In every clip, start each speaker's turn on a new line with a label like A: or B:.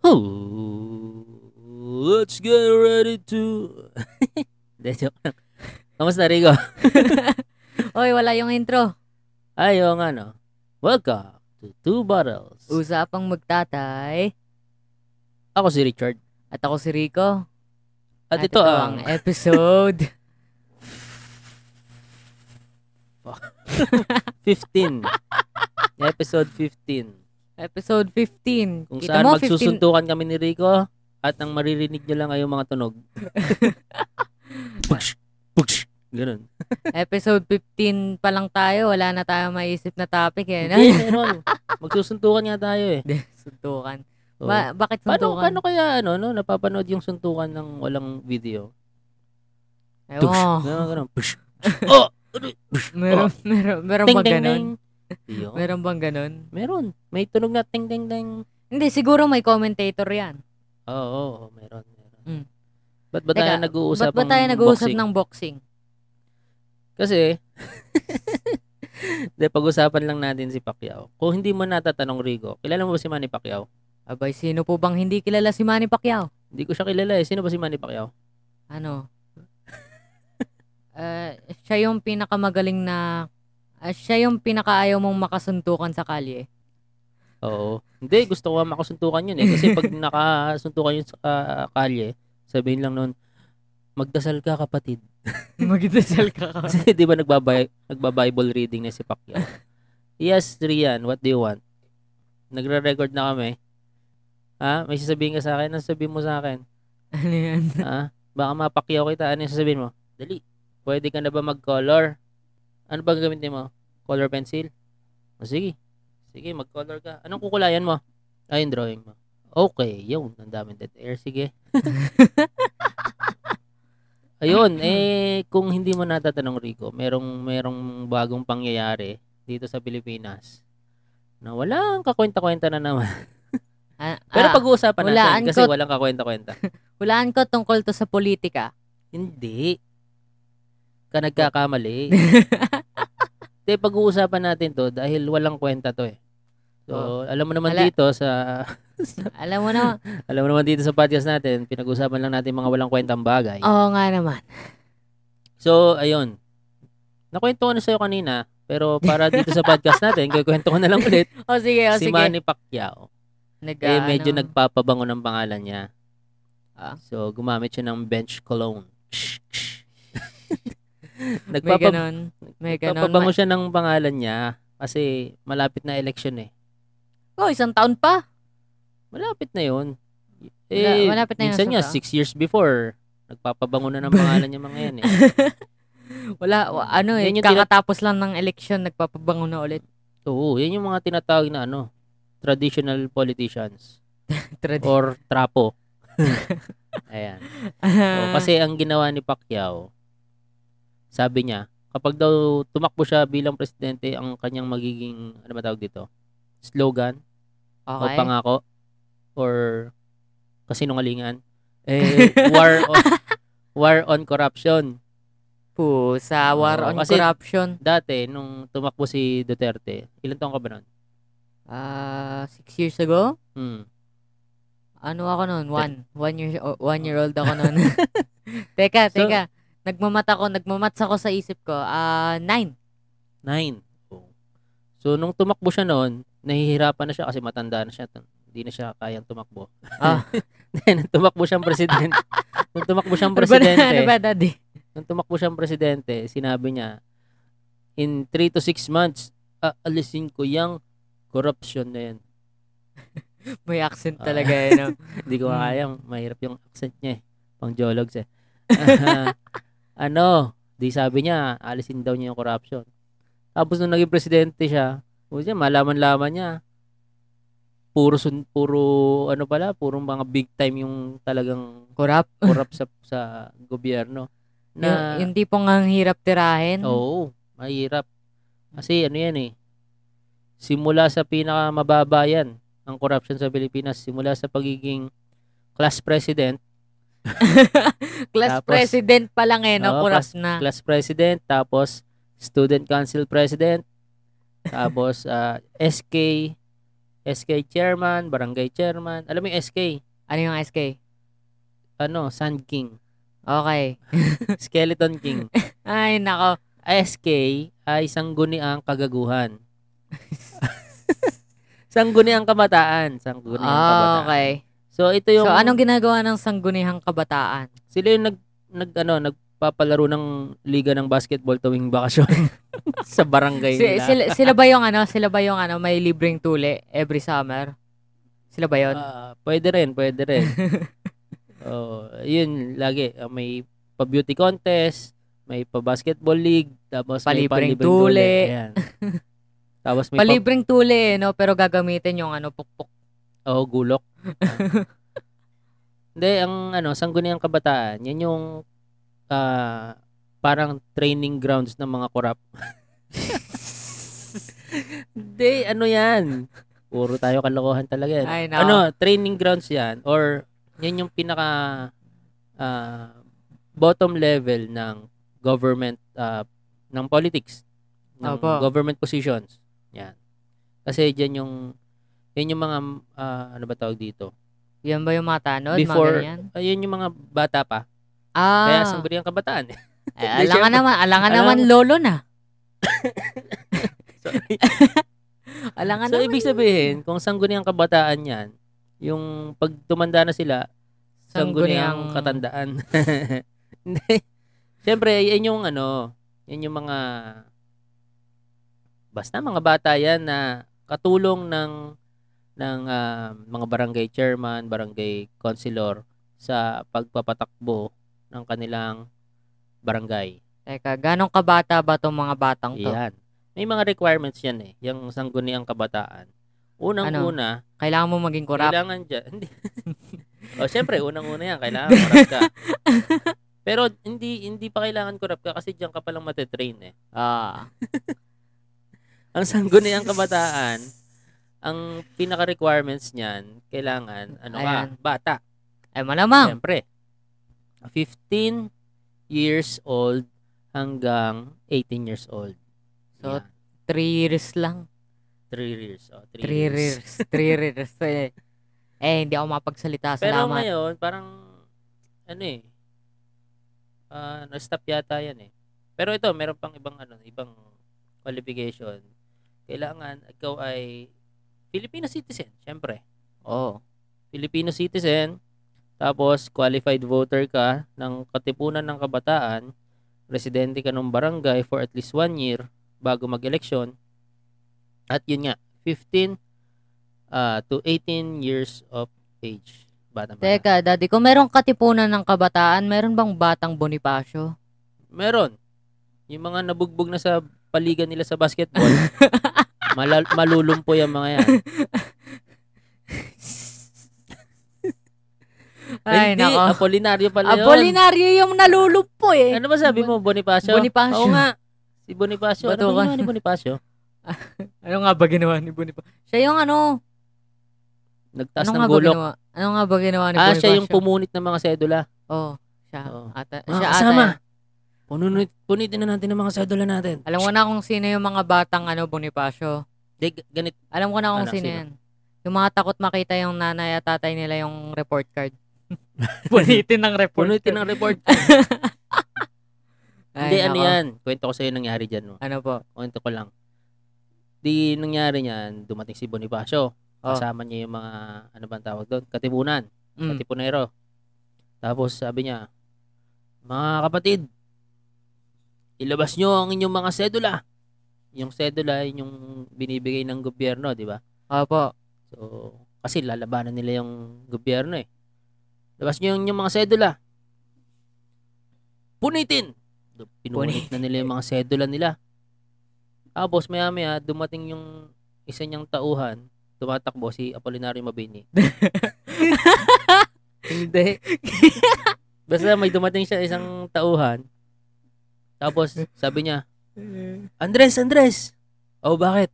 A: Oh, let's get ready to... Hindi, joke lang. Kamusta, Rico?
B: Oy, wala yung intro.
A: Ay, oo nga, no? Welcome to Two Bottles.
B: Usapang magtatay.
A: Ako si Richard.
B: At ako si Rico.
A: At, ito, ang...
B: episode.
A: 15. episode 15.
B: episode 15.
A: Kung
B: Kita
A: saan
B: mo, 15
A: magsusuntukan kami ni Rico at ang maririnig nyo lang ay yung mga tunog. Pugsh! Pugsh! Ganun.
B: episode 15 pa lang tayo. Wala na tayo maisip na topic eh. Na?
A: Hindi, ganun. Magsusuntukan nga tayo eh.
B: suntukan.
A: So,
B: Ba- bakit
A: Oh. paano,
B: suntukan?
A: paano kaya ano, no, napapanood yung suntukan ng walang video?
B: Ewan ko.
A: Ganun, ganun. Push. Oh!
B: Meron, meron, meron
A: Ting,
B: bang
A: ting,
B: ganun?
A: ting. Yun. Meron.
B: Meron bang ganun?
A: May tunog na ting, ting, ting.
B: Hindi, siguro may commentator yan.
A: Oo, oh, meron. meron.
B: Mm.
A: Ba't ba
B: Teka,
A: tayo nag-uusap
B: Ba't ba tayo nag-uusap ng boxing?
A: Kasi, de, pag-usapan lang natin si Pacquiao. Kung hindi mo natatanong, Rigo, kilala mo ba si Manny Pacquiao?
B: Abay, sino po bang hindi kilala si Manny Pacquiao?
A: Hindi ko siya kilala eh. Sino ba si Manny Pacquiao?
B: Ano? Ah, siya yung pinakamagaling na... ah, siya yung pinakaayaw mong makasuntukan sa kalye.
A: Oo. Hindi, gusto ko nga makasuntukan yun eh. Kasi pag nakasuntukan yun sa ah, kalye, sabihin lang nun, magdasal ka kapatid.
B: Magdasal ka ka.
A: Kasi di ba nagbabay, nagba-Bible reading na si Pacquiao? yes, Rian, what do you want? Nagre-record na kami. Ha? May sasabihin ka sa akin? Ano sabihin mo sa akin?
B: ano yan?
A: Ha? Baka mapakyaw kita. Ano yung sasabihin mo? Dali. Pwede ka na ba mag-color? Ano ba gagamitin mo? Color pencil? O sige. Sige, mag-color ka. Anong kukulayan mo? Ay, yung drawing mo. Okay, yun. Ang daming dead air. Sige. Ayun, eh, kung hindi mo natatanong, Rico, merong, merong bagong pangyayari dito sa Pilipinas na walang kakwenta-kwenta na naman.
B: Ah,
A: Pero
B: ah,
A: pag-uusapan
B: hulaan
A: natin kasi
B: ko-
A: walang kakwenta-kwenta.
B: hulaan ko tungkol to sa politika.
A: Hindi. Ka nagkakamali. Te, pag-uusapan natin to dahil walang kwenta to eh. So, alam mo naman
B: Ala-
A: dito sa
B: Alam mo na,
A: alam mo naman dito sa podcast natin, pinag-usapan lang natin mga walang kwentang bagay.
B: oo nga naman.
A: So, ayun. Nakwento ko na sa'yo kanina, pero para dito sa podcast natin, kukwento ko na lang ulit
B: O sige, o
A: si
B: Oh, sige.
A: Manny Pacquiao.
B: Nag,
A: Eh,
B: ah,
A: medyo
B: ano,
A: nagpapabango ng pangalan niya.
B: Ah.
A: So, gumamit siya ng bench cologne.
B: May
A: Nagpapab-
B: ganun. May ganun.
A: Papabango siya ng pangalan niya kasi malapit na election eh.
B: Oh, isang taon pa.
A: Malapit na yun. Eh,
B: Wala- malapit na yun,
A: minsan
B: sir,
A: nga,
B: ah.
A: six years before, nagpapabango na ng pangalan niya mga yan eh.
B: Wala, wa- ano eh,
A: Yun yung Oh. tina-
B: kakatapos lang ng election, nagpapabango na ulit.
A: Oo, yan yung mga tinatawag na ano, traditional politicians
B: Trad-
A: or trapo. Ayan. O, Oh, kasi ang ginawa ni Pacquiao, sabi niya, kapag daw tumakbo siya bilang presidente, ang kanyang magiging, ano ba tawag dito? Slogan? o
B: okay.
A: pangako or kasinungalingan eh war on, war on corruption
B: Pusa, war
A: Oo,
B: on
A: Oh, kasi-
B: corruption.
A: dati nung tumakbo si Duterte ilan taon ka ba nun?
B: Ah, six years ago?
A: Hmm.
B: Ano ako noon? One. One year, o- one year old ako noon. teka,
A: So-
B: teka. Nagmamat ako, nagmamats ako sa isip ko. Ah, nine.
A: Nine. Oo. So nung tumakbo siya noon, nahihirapan na siya kasi matanda na siya. Hindi na siya kayang tumakbo.
B: Ah.
A: Then, nung tumakbo siyang presidente. nung tumakbo siyang
B: Ano ba, na- ano
A: presidente,
B: ba, daddy?
A: nung tumakbo siyang presidente, sinabi niya in 3 to 6 months, aalisin ko yung corruption na yan.
B: May accent
A: Ah.
B: talaga eh, no?
A: Hindi ko
B: Mm.
A: kaya. Mahirap yung accent niya eh. Pang geologs eh. ano, di sabi niya, alisin daw niya yung corruption. Tapos nung naging presidente siya, o siya, malaman-laman niya, puro, sun, puro, ano pala, puro mga big time yung talagang
B: Corrupt.
A: corrupt sa, sa gobyerno. Na,
B: yung, yung tipong ang hirap tirahin.
A: Oo, mahirap. Kasi ano yan eh, simula sa pinakamababa yan, ang corruption sa Pilipinas, simula sa pagiging class president, Tapos-
B: Class president pa lang eh, no?
A: Oo,
B: corrupt na.
A: class president, tapos student council president, Tapos, ah, SK, SK chairman, barangay chairman. Alam mo yung SK?
B: Ano yung SK?
A: Ano? Sand King.
B: Okay.
A: Skeleton King.
B: Ay, nako.
A: SK ay sangguniang kagaguhan. sangguniang kabataan. Sangguniang
B: Ah,
A: kabataan.
B: okay.
A: So, ito yung...
B: So, anong ginagawa ng sanggunihang kabataan?
A: sila yung nag, nag ano, nagpapalaro ng liga ng basketball tuwing bakasyon sa barangay
B: Si-
A: nila.
B: sila, sila ba yung ano, sila ba yung ano, may libreng tuli every summer? Sila ba yun?
A: Ah, pwede rin, pwede rin. oh, yun, lagi. Ah, may pa-beauty contest, may pa-basketball league, tapos may
B: Palibreng
A: palibreng tuli.
B: tuli.
A: Ayan. tapos may pa-
B: Palibreng tuli eh, no? Pero gagamitin yung ano, pukpuk.
A: Oo, oh, gulok. Hindi, ang ano, sangguniang kabataan, yan yung ah, parang training grounds ng mga korap. Hindi, ano yan? Puro tayo kalokohan talaga yan.
B: Ay, nako.
A: Ano, training grounds yan or yan yung pinaka ah, bottom level ng government ah, ng politics ng
B: Opo.
A: government positions. Yan. Kasi diyan yung yan yung mga ah, ano ba tawag dito?
B: Yan ba yung mga tanod?
A: Before-
B: mga ganyan?
A: Ayun yung mga bata pa.
B: Ah,
A: Kaya sangguniang kabataan.
B: ay,
A: Hindi,
B: alangan
A: syempre.
B: naman, alangan
A: Alangan-
B: naman lolo na.
A: Sorry.
B: Alangan
A: so
B: naman. eh.
A: ibig sabihin, kung sangguniang kabataan yan, yung pag tumanda na sila, sangguniang katandaan. Hindi. Siyempre, yan yung ano, yan yung mga, basta mga bata yan na katulong ng, ng ah, mga barangay chairman, barangay councilor sa pagpapatakbo ng kanilang barangay.
B: Teka, ganong kabata ba tong mga batang to?
A: Yan. May mga requirements yan eh, yung sangguniang kabataan.
B: Ano?
A: Unang-una,
B: Kailangan mo maging kurap.
A: Kailangan dyan. Hindi. o, syempre, unang-una yan. Kailangan kurap ka. Pero hindi hindi pa kailangan kurap ka kasi diyan ka palang matetrain eh.
B: Ah.
A: Ang sangguniang kabataan, ang pinaka-requirements niyan, kailangan, ano ka,
B: Ayan. Ah.
A: bata.
B: Ay, Eh, malamang.
A: Siyempre. 15 years old hanggang 18 years old.
B: So,
A: Yan.
B: Three years lang.
A: Three years. Oh, three,
B: Three
A: years.
B: years. Three years. eh. Eh, hindi ako mapagsalita.
A: Pero
B: Salamat.
A: ngayon, parang, ano eh, ah, na-stop yata yan eh. Pero ito, meron pang ibang, ano, ibang qualification. Kailangan, ikaw ay Filipino citizen, syempre.
B: Oo.
A: Filipino citizen, tapos qualified voter ka ng katipunan ng kabataan, residente ka ng barangay for at least one year bago mag-eleksyon, at yun nga, 15 ah, to 18 years of age. Bata
B: Teka, daddy, kung merong katipunan ng kabataan, meron bang batang Bonifacio?
A: Meron. Yung mga nabugbog na sa paligan nila sa basketball, malal- malulumpoy ang mga yan.
B: Ay,
A: Hindi,
B: nako.
A: Apolinario pala yun.
B: Apolinario yung nalulupo eh.
A: Ano ba sabi mo, Bonifacio?
B: Bonifacio.
A: Oo nga. Si Bonifacio. Ano ba
B: Batukan.
A: ginawa ni Bonifacio?
B: Ano nga ba ginawa ni Bonifacio? Siya yung ano?
A: Nagtaas
B: ano
A: ng
B: nga ba
A: gulok.
B: ginawa? Ano nga ba ginawa ni
A: Ah,
B: Bonifacio?
A: siya yung pumunit ng mga sedula.
B: Oh, siya.
A: Oo.
B: Ata, eh.
A: Mga
B: siya
A: kasama.
B: ata.
A: Pununit, punitin na natin ng mga sedula natin.
B: yun. Alam ko na kung sino yung mga batang ano, Bonifacio.
A: Di, g- ganit.
B: Alam ko na kung
A: Ano,
B: sino
A: sino?
B: yan. Yung mga takot makita yung nanay at tatay nila yung report card. Punitin ng report
A: Punitin
B: card.
A: ng report.
B: Ay,
A: Hindi, ano
B: nako.
A: yan. Kwento ko sa'yo nangyari dyan. No?
B: Ano po?
A: Kwento ko lang. Di nangyari niyan, dumating si Bonifacio.
B: Oh.
A: Kasama niya yung mga, ano bang tawag doon? Katipunan.
B: Mm.
A: Katipunero. Tapos sabi niya, mga kapatid, ilabas nyo ang inyong mga sedula. Yung sedula, yun yung binibigay ng gobyerno, di ba?
B: Opo.
A: So, kasi lalabanan nila yung gobyerno eh. Labas nyo yung, yung mga sedula. Punitin! Do- Pinunit na nila yung mga sedula nila. Tapos maya maya, dumating yung isa niyang tauhan, tumatakbo si Apolinario Mabini. Hindi. Basta may dumating siya isang tauhan. Tapos sabi niya, Andres, Andres. Oh, bakit?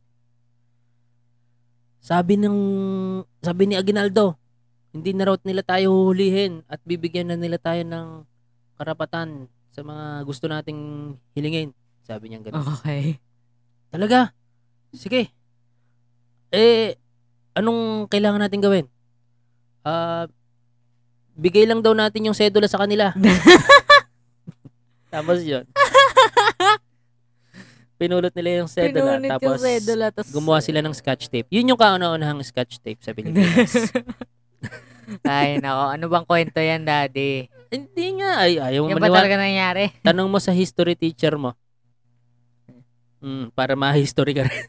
A: Sabi ng sabi ni Aguinaldo, hindi na raw nila tayo huhulihin at bibigyan na nila tayo ng karapatan sa mga gusto nating hilingin. Sabi niya ganun.
B: Okay.
A: Talaga? Sige. Eh, anong kailangan natin gawin? Ah, bigay lang daw natin yung sedula sa kanila. tapos yun. Pinulot nila yung sedula.
B: Pinunit
A: tapos,
B: yung sedula. Tapos,
A: gumawa sila ng scotch tape. Yun yung kauna-unahang scotch tape sa Pilipinas.
B: Ay, nako. Ano bang kwento yan, daddy?
A: Hindi nga. Ay, ayaw
B: Yan ba
A: maniwala.
B: talaga nangyari?
A: Tanong mo sa history teacher mo. Mm, para ma-history ka rin.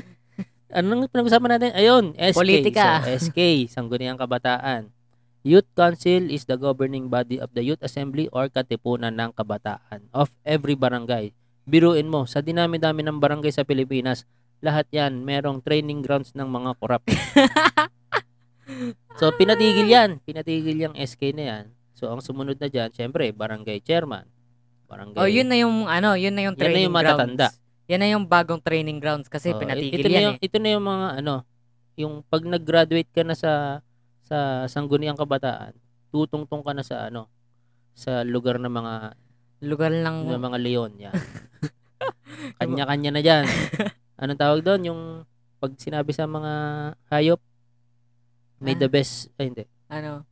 A: Anong pinag-usapan natin? Ayun, SK.
B: Politika.
A: So, SK, Sangguniang Kabataan. Youth Council is the governing body of the Youth Assembly or Katipunan ng Kabataan of every barangay. Biruin mo, sa dinami-dami ng barangay sa Pilipinas, lahat yan, merong training grounds ng mga korap. So, pinatigil yan. Pinatigil yung SK na yan. So, ang sumunod na dyan, syempre, barangay chairman. Barangay.
B: Oh, yun na yung ano, yun na yung
A: Yan na
B: training
A: yung matatanda.
B: grounds. Yan na yung bagong training grounds kasi
A: Oh,
B: pinatigil
A: ito na
B: yan eh.
A: yung, Ito na yung mga ano, yung pag nag-graduate ka na sa sa sangguniang kabataan, tutungtong ka na sa ano, sa lugar ng mga
B: eh. Lugar lang.
A: ng mga leon yan. Kanya-kanya na diyan. Anong tawag doon yung pag sinabi sa mga hayop may
B: Ah.
A: the best ay hindi.
B: Ano?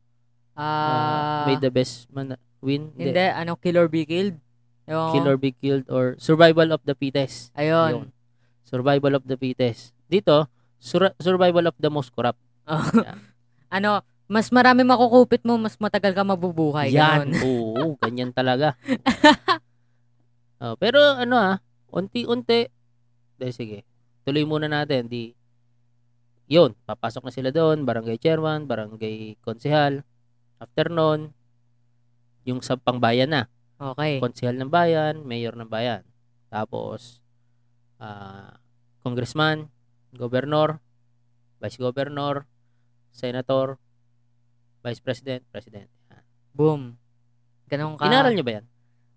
A: Ah,
B: Ah,
A: may the best man win.
B: hindi.
A: Hindi.
B: Ano, kill or be killed? Ewan ko.
A: Kill or be killed or survival of the fittest.
B: Ayun.
A: Yun. Survival of the fittest. Dito, sura- survival of the most corrupt.
B: Oh.
A: Yeah.
B: ano, mas marami makukupit mo, mas matagal ka mabubuhay.
A: Yan.
B: ganun.
A: Oo, ganyan talaga. Oh, pero ano ah, unti-unti. Dahil sige, tuloy muna natin. Di, yun, papasok na sila doon, barangay chairman, barangay konsehal. After nun, yung sa pangbayan na,
B: Okay.
A: konsehal ng bayan, mayor ng bayan. Tapos, ah, congressman, governor, vice governor, senator, vice president, president.
B: Boom. Ganun ka.
A: Inaral nyo ba yan?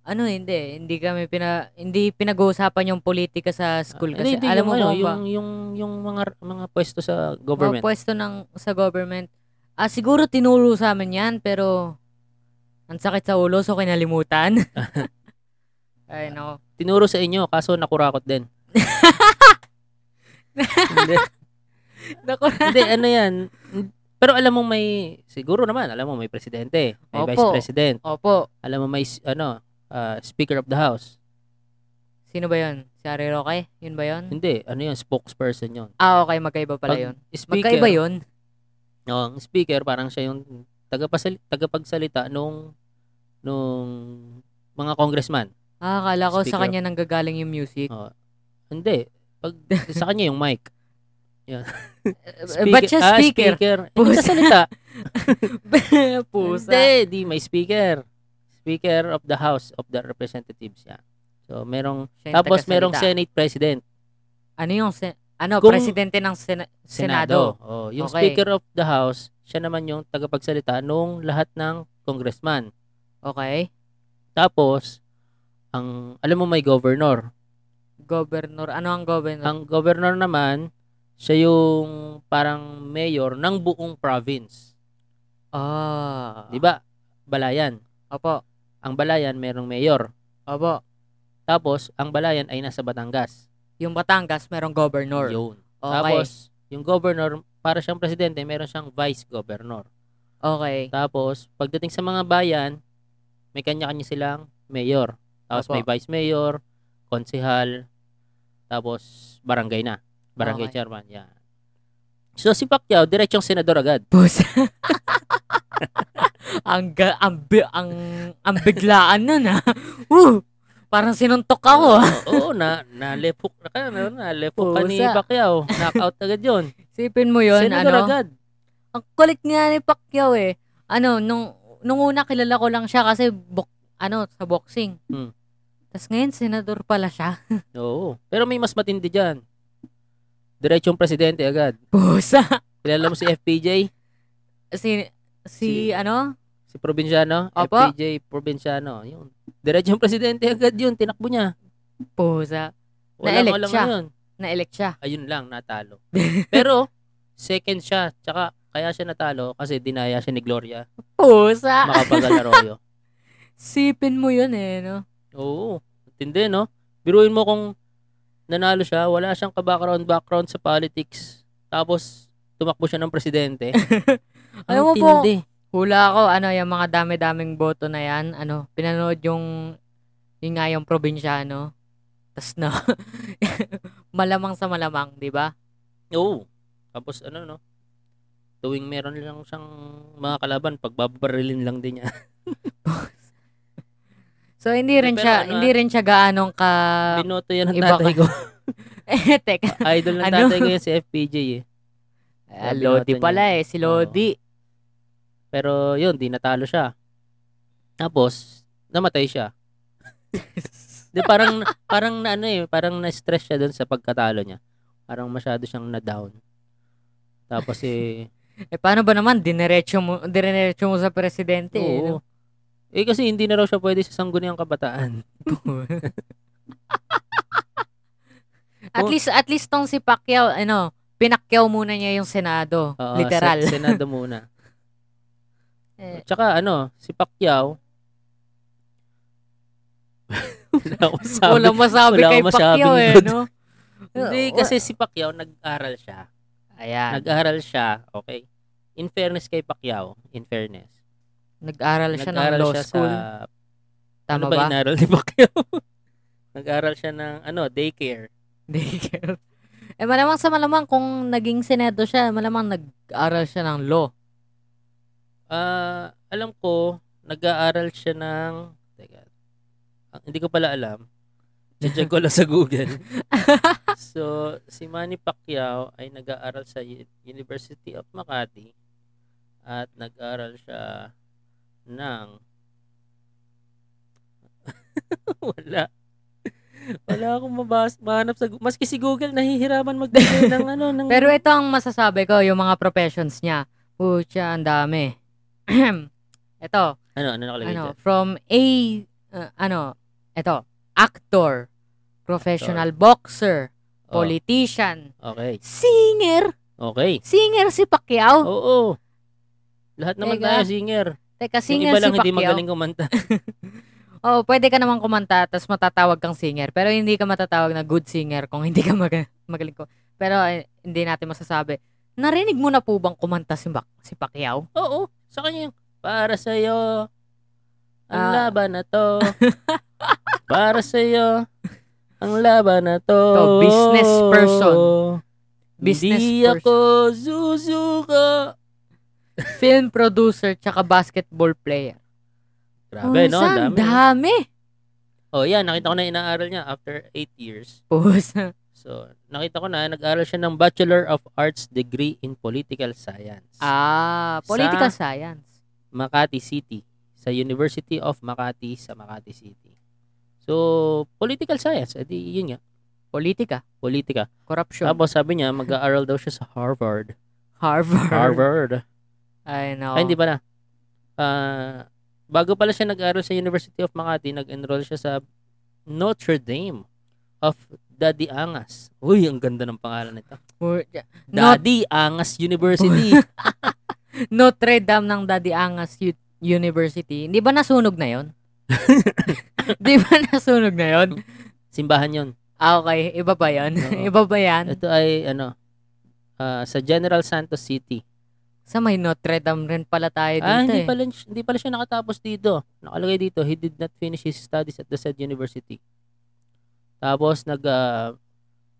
B: Ano, hindi. Hindi kami pina, hindi pinag-uusapan yung politika sa school.
A: Ah,
B: Kasi
A: hindi,
B: alam mo
A: yung, ano,
B: ba,
A: yung, yung, yung mga mga pwesto sa
B: mga
A: government.
B: pwesto ng, sa government, ah, siguro tinuro sa amin yan, pero ang sakit sa ulo, so kinalimutan. Ay, no.
A: Tinuro sa inyo, kaso nakurakot din. hindi,
B: Naku,
A: hindi, ano yan. Pero alam mo may, siguro naman, alam mo may presidente, may
B: Opo.
A: vice president,
B: Opo.
A: alam mo may, s- ano, ah, speaker of the house.
B: Sino ba yun? Si Ari Roque? Yun ba yun?
A: Hindi, ano yun, spokesperson yun.
B: Ah, okay. Magkaiba pala
A: Pag
B: yun.
A: Speaker,
B: Magkaiba yun?
A: Oh, ang speaker, parang siya yung tagapasali- tagapagsalita nung, nung mga congressman.
B: Ah, akala ko
A: Speaker. Ah,
B: sa kanya nanggagaling yung music.
A: Hindi, pag sa kanya yung mic.
B: Speaker, Ba't Eh, siya
A: ah,
B: speaker?
A: speaker.
B: Pusa.
A: Hindi salita.
B: Pusa.
A: Hindi, di may speaker. Speaker of the House of the Representatives yan. So merong
B: Siya yung
A: tapos
B: tagasalita.
A: merong Senate President,
B: Ano yung sen- ano,
A: Kung-
B: presidente ng sena-
A: Senado.
B: Senado.
A: Oh, yung
B: Okay.
A: Speaker of the House, siya naman yung tagapagsalita nung lahat ng congressman.
B: Okay.
A: Tapos ang alam mo may governor.
B: Governor. Ano ang governor?
A: Ang governor naman siya yung parang mayor ng buong province.
B: Ah.
A: 'Di ba? Balayan.
B: Opo.
A: Ang balayan merong mayor.
B: Opo.
A: Tapos ang balayan ay nasa Batangas.
B: Yung Batangas, merong governor.
A: Yun.
B: Okay.
A: Tapos, yung governor, para siyang presidente, meron siyang vice governor.
B: okay.
A: Tapos, pagdating sa mga bayan, may kanya-kanya silang mayor. Tapos
B: Opo.
A: may vice mayor, konsehal, tapos barangay na. Barangay
B: Okay.
A: chairman, yan. So, si Pacquiao, diretsong senador agad.
B: Pusa. ang, ga- ang, bi- ang, ang biglaan nun, ha? Woo! Parang sinuntok ako, ah. ha?
A: Oo, na, nalep hook na ka, na, nalep hook ka ni
B: Pusa.
A: Pacquiao. Knockout agad yun.
B: Isipin mo yun,
A: senador
B: ano?
A: agad.
B: ang kulit nga ni Pacquiao eh. Ano, nung, nung una kilala ko lang siya kasi bok, ano, sa boxing.
A: Hmm.
B: Tapos ngayon, senador pala siya.
A: Oo. Pero may mas matindi dyan. Diretsong presidente agad.
B: Pusa.
A: Kilala mo si FPJ?
B: Si, si,
A: Si-
B: ano?
A: Si Provinciano?
B: Opo.
A: FPJ Provinciano. Yun. Diretso yung presidente agad yun. Tinakbo niya.
B: Pusa. Na-elect
A: walang
B: siya.
A: ano yun.
B: Na-elect siya.
A: Ayun lang, natalo. Pero, second siya. Tsaka, kaya siya natalo kasi dinaya siya ni Gloria
B: Pusa.
A: makapagal-aroyo.
B: Sipin mo yun eh, no?
A: Oo. Tindi, no? Biruin mo kung nanalo siya, wala siyang ka-background background sa politics. Tapos tumakbo siya ng presidente. Ang
B: Alam mo po,
A: tindi.
B: Hula ako, ano, yung mga dami-daming boto na yan, ano, pinanood yung, yung nga yung probinsyano. Tapos na, malamang sa malamang, di ba?
A: Oo. Tapos ano no? Tuwing meron lang siyang mga kalaban, pagbabarilin lang din niya.
B: So, hindi rin
A: Pero
B: siya,
A: ano,
B: hindi rin siya gaanong ka...
A: Binoto yan ng
B: iba ka.
A: tatay ko.
B: eh, teka.
A: Idol ng
B: Ano?
A: tatay ko yan si FPJ eh.
B: Ah,
A: Sabi
B: Lodi
A: natin
B: pala eh, si
A: Oo.
B: Lodi.
A: Pero yun, di natalo siya. Tapos, namatay siya. di parang, parang na ano eh, parang na-stress siya doon sa pagkatalo niya. Parang masyado siyang na-down. Tapos eh,
B: Eh, paano ba naman, dinerecho mo, dinerecho mo sa presidente eh,
A: oo.
B: no?
A: Eh kasi hindi na raw siya pwede sa sangguniang kabataan.
B: At
A: Oo.
B: least, at least tong si Pacquiao, ano, pinakyaw muna niya yung Senado.
A: Oo,
B: literal.
A: sen- Senado muna.
B: Eh.
A: Tsaka ano, si Pacquiao, wala akong sabi.
B: Walang masabi
A: wala
B: kay
A: akong
B: Pacquiao
A: masabing
B: eh,
A: good.
B: no?
A: Hindi, kasi si Pacquiao nag-aral siya.
B: Ayan.
A: Nag-aral siya, okay? In fairness kay Pacquiao, in fairness.
B: Nag-aral siya ng law school.
A: sa...
B: Tama
A: ano ba,
B: ba?
A: inaral ni Pacquiao? nag-aral siya ng, ano, daycare.
B: Daycare. eh, malamang sa malamang kung naging Senado siya, malamang nag-aral siya ng law.
A: Ah, alam ko, nag-aaral siya ng... Teka, ah, hindi ko pala alam. Check ko lang sa Google. so, si Manny Pacquiao ay nag-aaral sa U- University of Makati at nag-aaral siya ng... Wala. Wala akong mabas, mahanap sa Gu- Maski si Google, nahihirapan magbigay ng ano, ng...
B: Pero ito ang masasabi ko, yung mga professions niya. Pucha, ang dami. ito,
A: ano, ano nakalagay
B: ano,
A: dyan?
B: from A, uh, ano, ito, actor, professional boxer,
A: Oh,
B: politician,
A: okay.
B: singer,
A: Okay.
B: singer si
A: Oh.
B: Pacquiao.
A: Oo. Lahat naman
B: Oh. Teka.
A: tayo singer.
B: Teka,
A: Yung
B: singer
A: iba lang
B: si
A: hindi
B: Pacquiao.
A: magaling kumanta.
B: Oh, pwede ka naman kumanta tapos matatawag kang singer, pero hindi ka matatawag na good singer kung hindi ka mag- magaling ko. Pero eh, hindi natin masasabi. Narinig mo na po bang kumanta si, Bac- si Pacquiao?
A: Oo. Sa kanya yung, para sa'yo, ang
B: Ah.
A: laban na to. para sa'yo, ang laban na to.
B: To, business person. Business
A: Hindi
B: person.
A: ako susuko.
B: Film producer tsaka basketball player.
A: Grabe, no? Ang
B: Pusa,
A: dami.
B: dami.
A: oh, yan. Nakita ko na inaaral niya after 8 years.
B: Pusa.
A: So, nakita ko na, nag-aral siya ng Bachelor of Arts degree in Political Science.
B: Ah, political science.
A: Makati City sa University of Makati sa Makati City. So, political science, edi yun nga,
B: Politika.
A: politika.
B: Corruption.
A: Tapos sabi niya, mag-aaral daw siya sa Harvard.
B: Harvard.
A: Harvard.
B: I know.
A: Ay, hindi pala. Ah, bago pala siya nag-aaral sa University of Makati, nag-enroll siya sa Notre Dame of Daddy Angas. Uy, ang ganda ng pangalan nito.
B: Not,
A: Daddy Angas University.
B: Notre Dame ng Daddy Angas U- University. Hindi ba nasunog na yon? Di ba nasunog na yon?
A: Simbahan yon.
B: Ah, okay. Iba ba yon?
A: Oo.
B: Iba ba yan?
A: Ito ay, ano, ah, sa General Santos City.
B: Sa may Notre Dame rin pala tayo dito
A: Ah, hindi
B: eh.
A: pala, siya- hindi pala siya nakatapos dito. Nakalagay dito, he did not finish his studies at the said university. Tapos, nag, ah,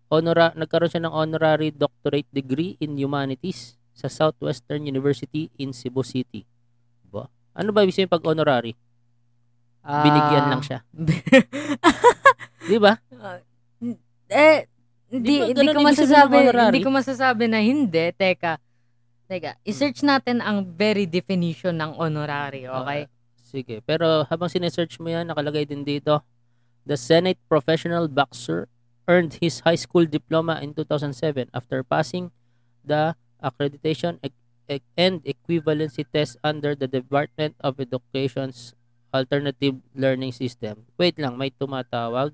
A: honora, nagkaroon siya ng honorary doctorate degree in humanities sa Southwestern University in Cebu City. Ba? Ano ba ibig sabihin pag honorary?
B: Ah,
A: Binigyan lang siya. Di ba?
B: eh, hindi,
A: ba
B: hindi
A: ganun
B: ko
A: ibig sabihin ng
B: masasabi,
A: honorary?
B: hindi ko masasabi na hindi. Teka, teka, i-search natin ang very definition ng honorary, okay?
A: Ah, sige. Pero habang sinesearch mo yan, nakalagay din dito, the Senate professional boxer earned his high school diploma in 2007 after passing the accreditation e- e- and equivalency test under the Department of Education's alternative learning system. Wait lang, may tumatawag.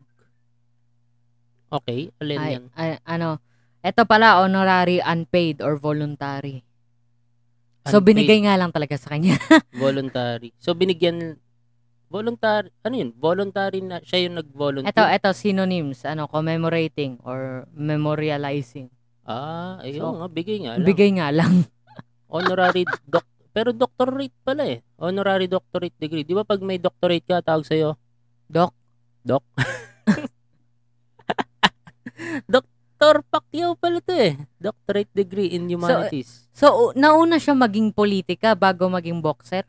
A: Okay, alin
B: Ay,
A: yan?
B: ay, ano, eto pala, honorary, unpaid, or voluntary. So,
A: Unpaid
B: binigay nga lang talaga sa kanya.
A: Voluntary. So, binigyan Voluntary, ano yun? Voluntary na, siya yung nag-volunteer.
B: Ito, ito, synonyms. Ano, commemorating or memorializing.
A: Ah, ayun
B: So,
A: nga, bigay nga lang.
B: Bigay nga lang.
A: Honorary doc pero doctorate pala eh. Honorary doctorate degree. Di ba pag may doctorate ka, tawag sa'yo?
B: Doc?
A: Doc? Doctor Pacquiao pala to eh. Doctorate degree in humanities.
B: So, u- nauna siya maging politika bago maging boxer.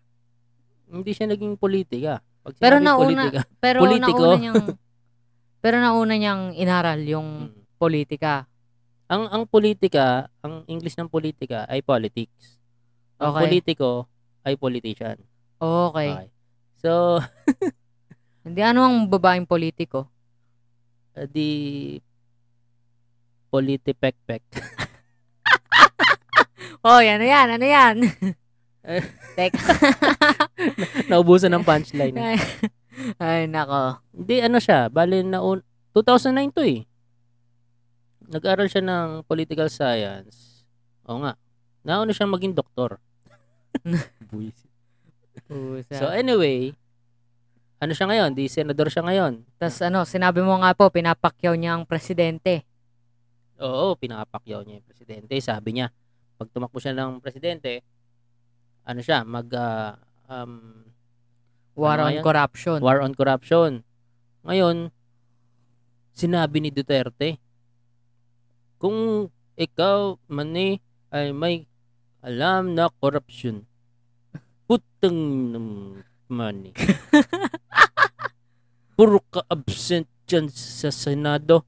A: Hindi siya naging politika. Pag
B: Pero
A: sinabing
B: nauna-
A: politika,
B: Pero
A: Politiko.
B: nauna niyang... pero nauna niyang inaral yung
A: Mm.
B: politika.
A: ang ang politika, ang English ng politika ay politics. Ang
B: Okay.
A: politiko ay politician.
B: Okay.
A: So,
B: Hindi, ano ang babaeng politiko?
A: uh, di politipekpek.
B: Oh, ano yan, ano yan?
A: Eh.
B: Teka.
A: Naubusan ng punchline.
B: Ay, nako.
A: Hindi, ano siya, bali na 2009 to eh. Nag-aral siya ng political science. Oo nga. Nauna siya maging doktor. so
B: Pusa.
A: anyway, ano siya ngayon? Di senador siya ngayon.
B: Tapos ano, sinabi mo nga po, pinapakyaw niya ang presidente.
A: Oo, pinakapakyaw niya yung presidente. Sabi niya, pag tumakbo siya ng presidente, ano siya, mag ah, um,
B: War
A: Ano
B: on
A: yan?
B: corruption.
A: war on corruption. Ngayon, sinabi ni Duterte, kung ikaw, mani, ay may alam na corruption, putang nam- mani. Puro ka absent dyan sa Senado.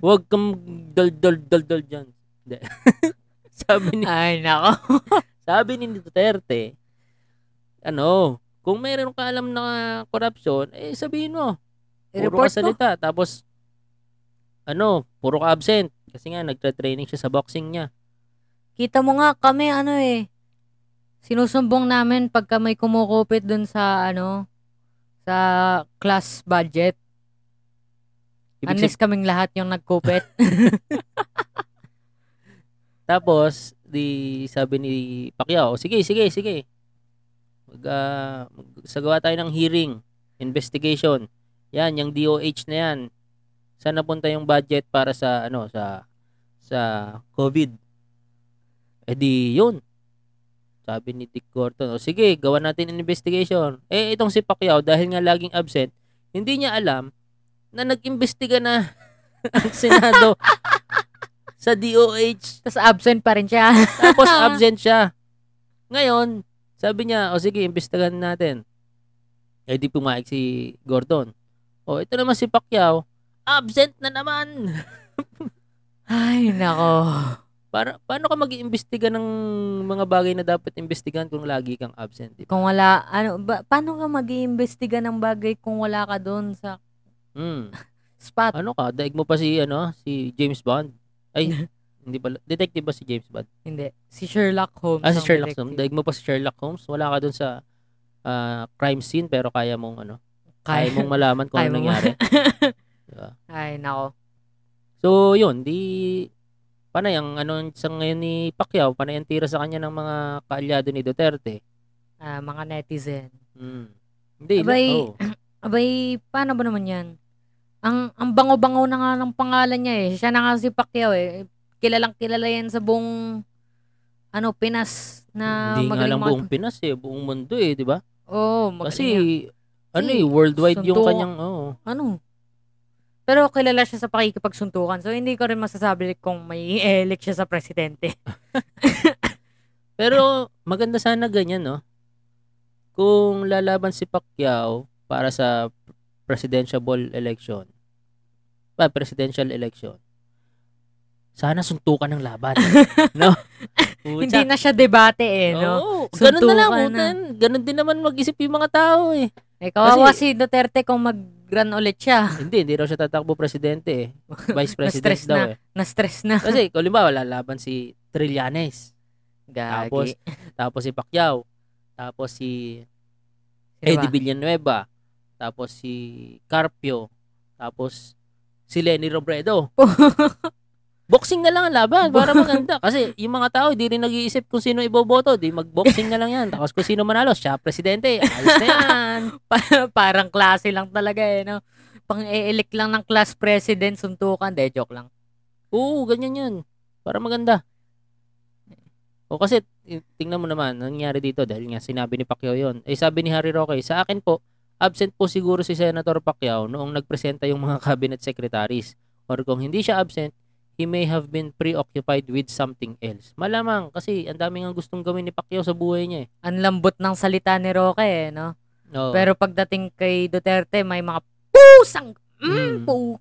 A: Huwag kang dal-dal-dal-dal dyan. Hindi. Sabi ni
B: Ay, nako.
A: sabi ni Duterte, ano, kung mayroon ka alam na corruption, eh sabihin mo. Puro
B: I-report
A: ka
B: mo.
A: salita. Tapos, ano, puro ka absent. Kasi nga, nagtra-training siya sa boxing niya.
B: Kita mo nga kami, ano eh. Sinusumbong namin pagka may kumukupit dun sa, ano, sa class budget.
A: Ibig
B: Unless
A: sabi-
B: kaming lahat yung nagkupit.
A: tapos, di sabi ni Pacquiao, sige, sige, sige. Mag, ah, magsagawa tayo ng hearing, investigation. Yan, yung DOH na yan. Saan napunta yung budget para sa, ano, sa, sa COVID? Eh di yun. Sabi ni Dick Gorton, o sige, gawa natin an investigation. Eh, itong si Pacquiao, dahil nga laging absent, hindi niya alam na nag-imbestiga na ang Senado sa DOH.
B: Tapos absent pa rin siya.
A: Tapos absent siya. Ngayon, sabi niya, o sige, imbestigahan natin. Eh di pumayag si Gordon. O ito naman si Pacquiao, absent na naman.
B: Ay, nako.
A: Para paano ka mag-iimbestiga ng mga bagay na dapat imbestigahan kung lagi kang absent, di ba?
B: Kung wala, ano, ba, paano ka mag iimbestiga ng bagay kung wala ka dun sa
A: Mm.
B: spot?
A: Ano ka? Daig mo pa si ano, si James Bond. Ay, hindi pala. Detective ba si James Bond?
B: Hindi. Si Sherlock Holmes.
A: Ah, si
B: ang
A: Sherlock
B: detective.
A: Holmes. Daig mo pa si Sherlock Holmes. Wala ka dun sa ah, crime scene pero kaya mong ano, kaya,
B: Kaya-
A: mong malaman kung
B: kaya
A: ano
B: mong-
A: nangyari. Diba?
B: Ay, nako.
A: So, yun, di panay ang ano sa ngayon ni Pacquiao, panay ang tira sa kanya ng mga kaalyado ni Duterte.
B: Ah, mga netizen.
A: Mm. Hindi,
B: Abay,
A: oh.
B: Abay, paano ba naman yan? Ang, ang bango-bango na nga ng pangalan niya eh. Siya na nga si Pacquiao eh. Kilalang kilala yan sa buong ano, Pinas na
A: hindi nga
B: ah, magaling
A: lang
B: mga-
A: buong Pinas eh, buong mundo eh, di ba?
B: Oo,
A: Kasi
B: magaling yan.
A: ano
B: Kasi
A: eh, worldwide yung
B: suntukan.
A: kanyang oh.
B: Ano? Pero kilala siya sa pakikipagsuntukan. So, hindi ko rin masasabi kung may elect siya sa presidente.
A: Pero maganda sana ganyan, no? Kung lalaban si Pacquiao para sa presidential election, pa presidential election, sana suntukan ng laban. no? Pucha.
B: hindi na siya debate eh,
A: Oo,
B: no?
A: ganun na lang.
B: Suntukan na.
A: utan. Ganun din naman mag-isip yung mga tao eh.
B: Eh, kawawa si Duterte kung mag-run ulit siya.
A: hindi, hindi raw siya tatakbo presidente eh. Vice president
B: Na-stress
A: daw eh.
B: Na-stress na.
A: Kasi, kung limbawa, lalaban si Trillanes. Tapos,
B: Gagi.
A: tapos si Pacquiao. Tapos si
B: Sino ba?
A: Eddie Villanueva. Tapos si Carpio. Tapos si Lenny Robredo. Boxing na lang ang laban para maganda. Kasi yung mga tao, di rin nag-iisip kung sino iboboto. Di mag-boxing na lang yan. Tapos kung sino manalo, siya presidente. Ayos na yan.
B: Pa- Parang klase lang talaga eh, no? Pang-elect lang ng class president, suntukan. De, joke lang.
A: Oo, ganyan yun. Para maganda. O kasi, i- tingnan mo naman, anong nangyari dito dahil nga sinabi ni Pacquiao yon. Eh sabi ni Harry Roque, sa akin po, absent po siguro si Senator Pacquiao noong nagpresenta yung mga cabinet secretaries. Or kung hindi siya absent, he may have been preoccupied with something else. Malamang kasi ang dami nga gustong gawin ni Pacquiao sa buhay niya eh.
B: Ang lambot ng salita ni Roque, eh, no?
A: Oo.
B: Pero pagdating kay Duterte, may mga pusang,
A: Mm.
B: mm, pu-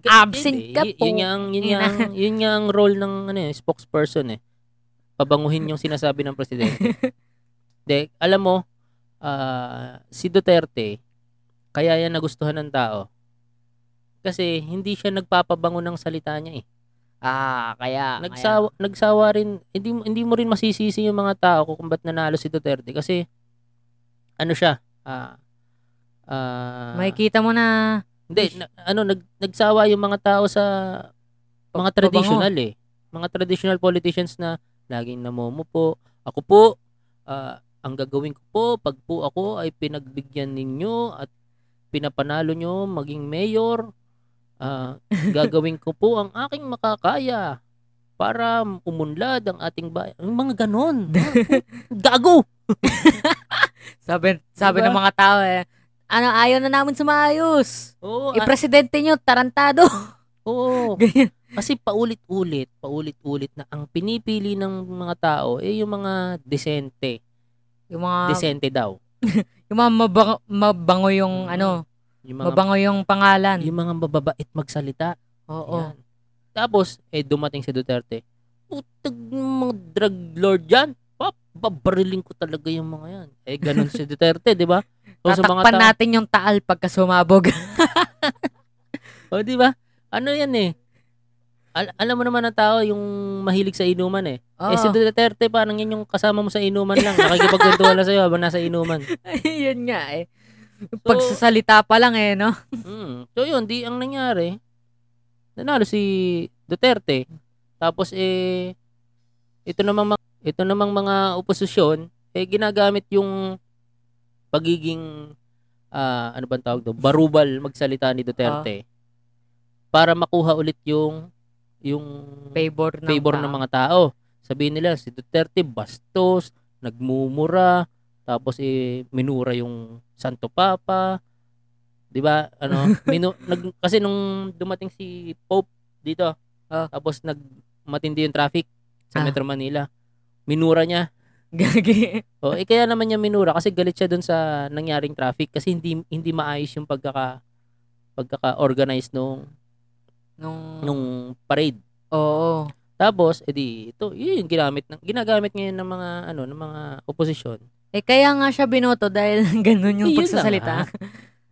A: Ganun
B: absent
A: din eh.
B: ka
A: Y-
B: po.
A: Yun nga ang, yun
B: Yun
A: nga ang, yun nga ang role ng ano, eh, spokesperson eh. Pabanguhin yung sinasabi ng presidente. De, alam mo, ah, si Duterte, kaya yan nagustuhan ng tao. Kasi hindi siya nagpapabango ng salita niya eh.
B: Ah, kaya.
A: Nagsawa, nagsawa rin, hindi, mo- hindi mo rin masisisi yung mga tao kung kung ba't nanalo si Duterte. Kasi, ano siya, ah, ah,
B: Kaya. Makikita mo na,
A: hindi, na- ano, nag, nagsawa yung mga tao sa mga
B: Pagpabango.
A: traditional eh. Mga traditional politicians na laging namumupo. Ako po, ah, ang gagawin ko po, pag po ako ay pinagbigyan ninyo at pinapanalo nyo maging mayor, ah, gagawin ko po ang aking makakaya para umunlad ang ating bayan. Yung mga ganon. Gago!
B: sabi, sabi
A: Diba?
B: ng mga tao eh, ano, ayaw na namin sumayos.
A: Oo, ah,
B: I-presidente nyo, tarantado.
A: oo.
B: Ganyan.
A: Kasi paulit-ulit, paulit-ulit na ang pinipili ng mga tao eh yung mga desente.
B: yung mga,
A: desente daw.
B: yung mga mabango, mabango yung,
A: Mm.
B: ano,
A: Yung mga,
B: mabango yung pangalan.
A: yung mga mababait magsalita. Yan.
B: Oo.
A: Tapos, eh dumating si Duterte. Putag mga drug lord yan. Pap, babariling ko talaga yung mga yan. Eh, ganun si Duterte, di ba? So, Oh, sa mga
B: Tatakpan
A: tao-
B: natin yung taal pagka sumabog.
A: O, di ba? Ano yan eh? Al- alam mo naman ang tao, yung mahilig sa inuman eh. Eh, si
B: Oo.
A: Duterte, parang yan yung kasama mo sa inuman lang. Nakikipagkwentuhan lang sa'yo habang nasa inuman.
B: Yun nga eh.
A: So,
B: Pagsasalita pa lang eh, no?
A: Mm. So yun, di ang nangyari. Nanalo si Duterte. Tapos eh ito namang mga- ito namang mga oposisyon eh ginagamit yung pagiging ah, ano bang tawag doon? Barubal magsalita ni Duterte. Para makuha ulit yung yung
B: Favor ng
A: favor
B: tao.
A: ng mga tao. Sabihin nila si Duterte bastos, nagmumura, tapos eh, minura yung Santo Papa. 'Di ba? Ano, minu- nag, kasi nung dumating si Pope dito,
B: Ah.
A: tapos nag matindi yung traffic sa
B: Ah.
A: Metro Manila. Minura niya.
B: Gagi.
A: O, eh, kaya naman niya minura kasi galit siya doon sa nangyaring traffic kasi hindi hindi maayos yung pagkaka pagkaka-organize nung
B: Nung,
A: nung parade.
B: oo.
A: Tapos, edi, ito, yun yung ginamit, ng, ginagamit ngayon ng mga, ano, ng mga oposisyon.
B: Eh, kaya nga siya binoto dahil ganun
A: Eh,
B: yung
A: yun
B: pagsasalita.
A: lang,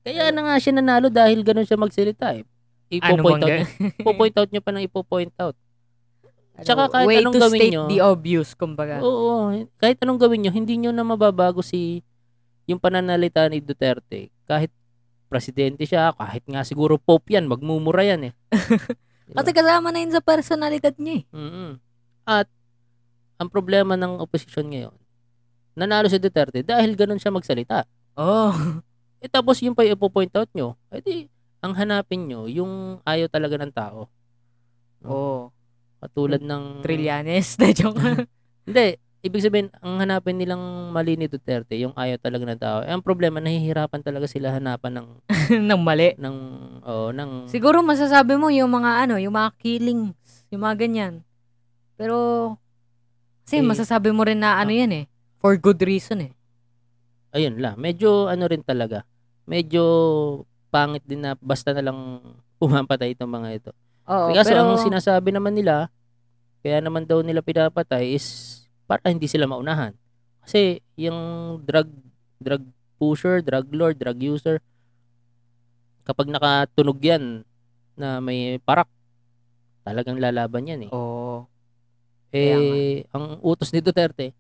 A: Kaya na nga siya nanalo dahil ganun siya magsalita eh. Ipo-point out,
B: Ano bang
A: niya, ipo-point out niyo pa ng ipo-point out.
B: Ano,
A: Tsaka kahit
B: way
A: anong
B: to
A: gawin
B: state
A: nyo. Oh.
B: the obvious, kumbaga.
A: Oo, kahit anong gawin niyo, hindi niyo na mababago si yung pananalita ni Duterte. Kahit presidente siya, kahit nga siguro pope yan, magmumura yan eh.
B: Kasi kasama na yun sa personalidad niya eh.
A: mm At ang problema ng oposisyon ngayon, nanalo si Duterte dahil ganun siya magsalita.
B: Oo.
A: Eh tapos yung pa ipo-point out nyo, eh di, ang hanapin nyo, yung ayaw talaga ng tao.
B: Oo.
A: Katulad ng...
B: Oh. Trillanes. Na joke.
A: Hindi, ibig sabihin, ang hanapin nilang mali ni Duterte, yung ayaw talaga ng tao. Eh, ang problema, nahihirapan talaga sila hanapan ng...
B: Nang mali.
A: ng oh, ng...
B: Siguro masasabi mo yung mga ano, yung mga killing, yung mga ganyan. Pero, kasi
A: Eh,
B: masasabi mo rin na ano yan eh. For good reason eh.
A: Ayun la, medyo ano rin talaga. Medyo pangit din na basta na lang pumapatay itong mga ito.
B: Oo,
A: Eh, Kaso
B: pero,
A: ang sinasabi naman nila, kaya naman daw nila pinapatay is para hindi sila maunahan. Kasi yung drug drug pusher, drug lord, drug user kapag nakatunog yan na may parak, talagang lalaban yan eh.
B: Oo. kaya
A: eh, ang utos ni Duterte,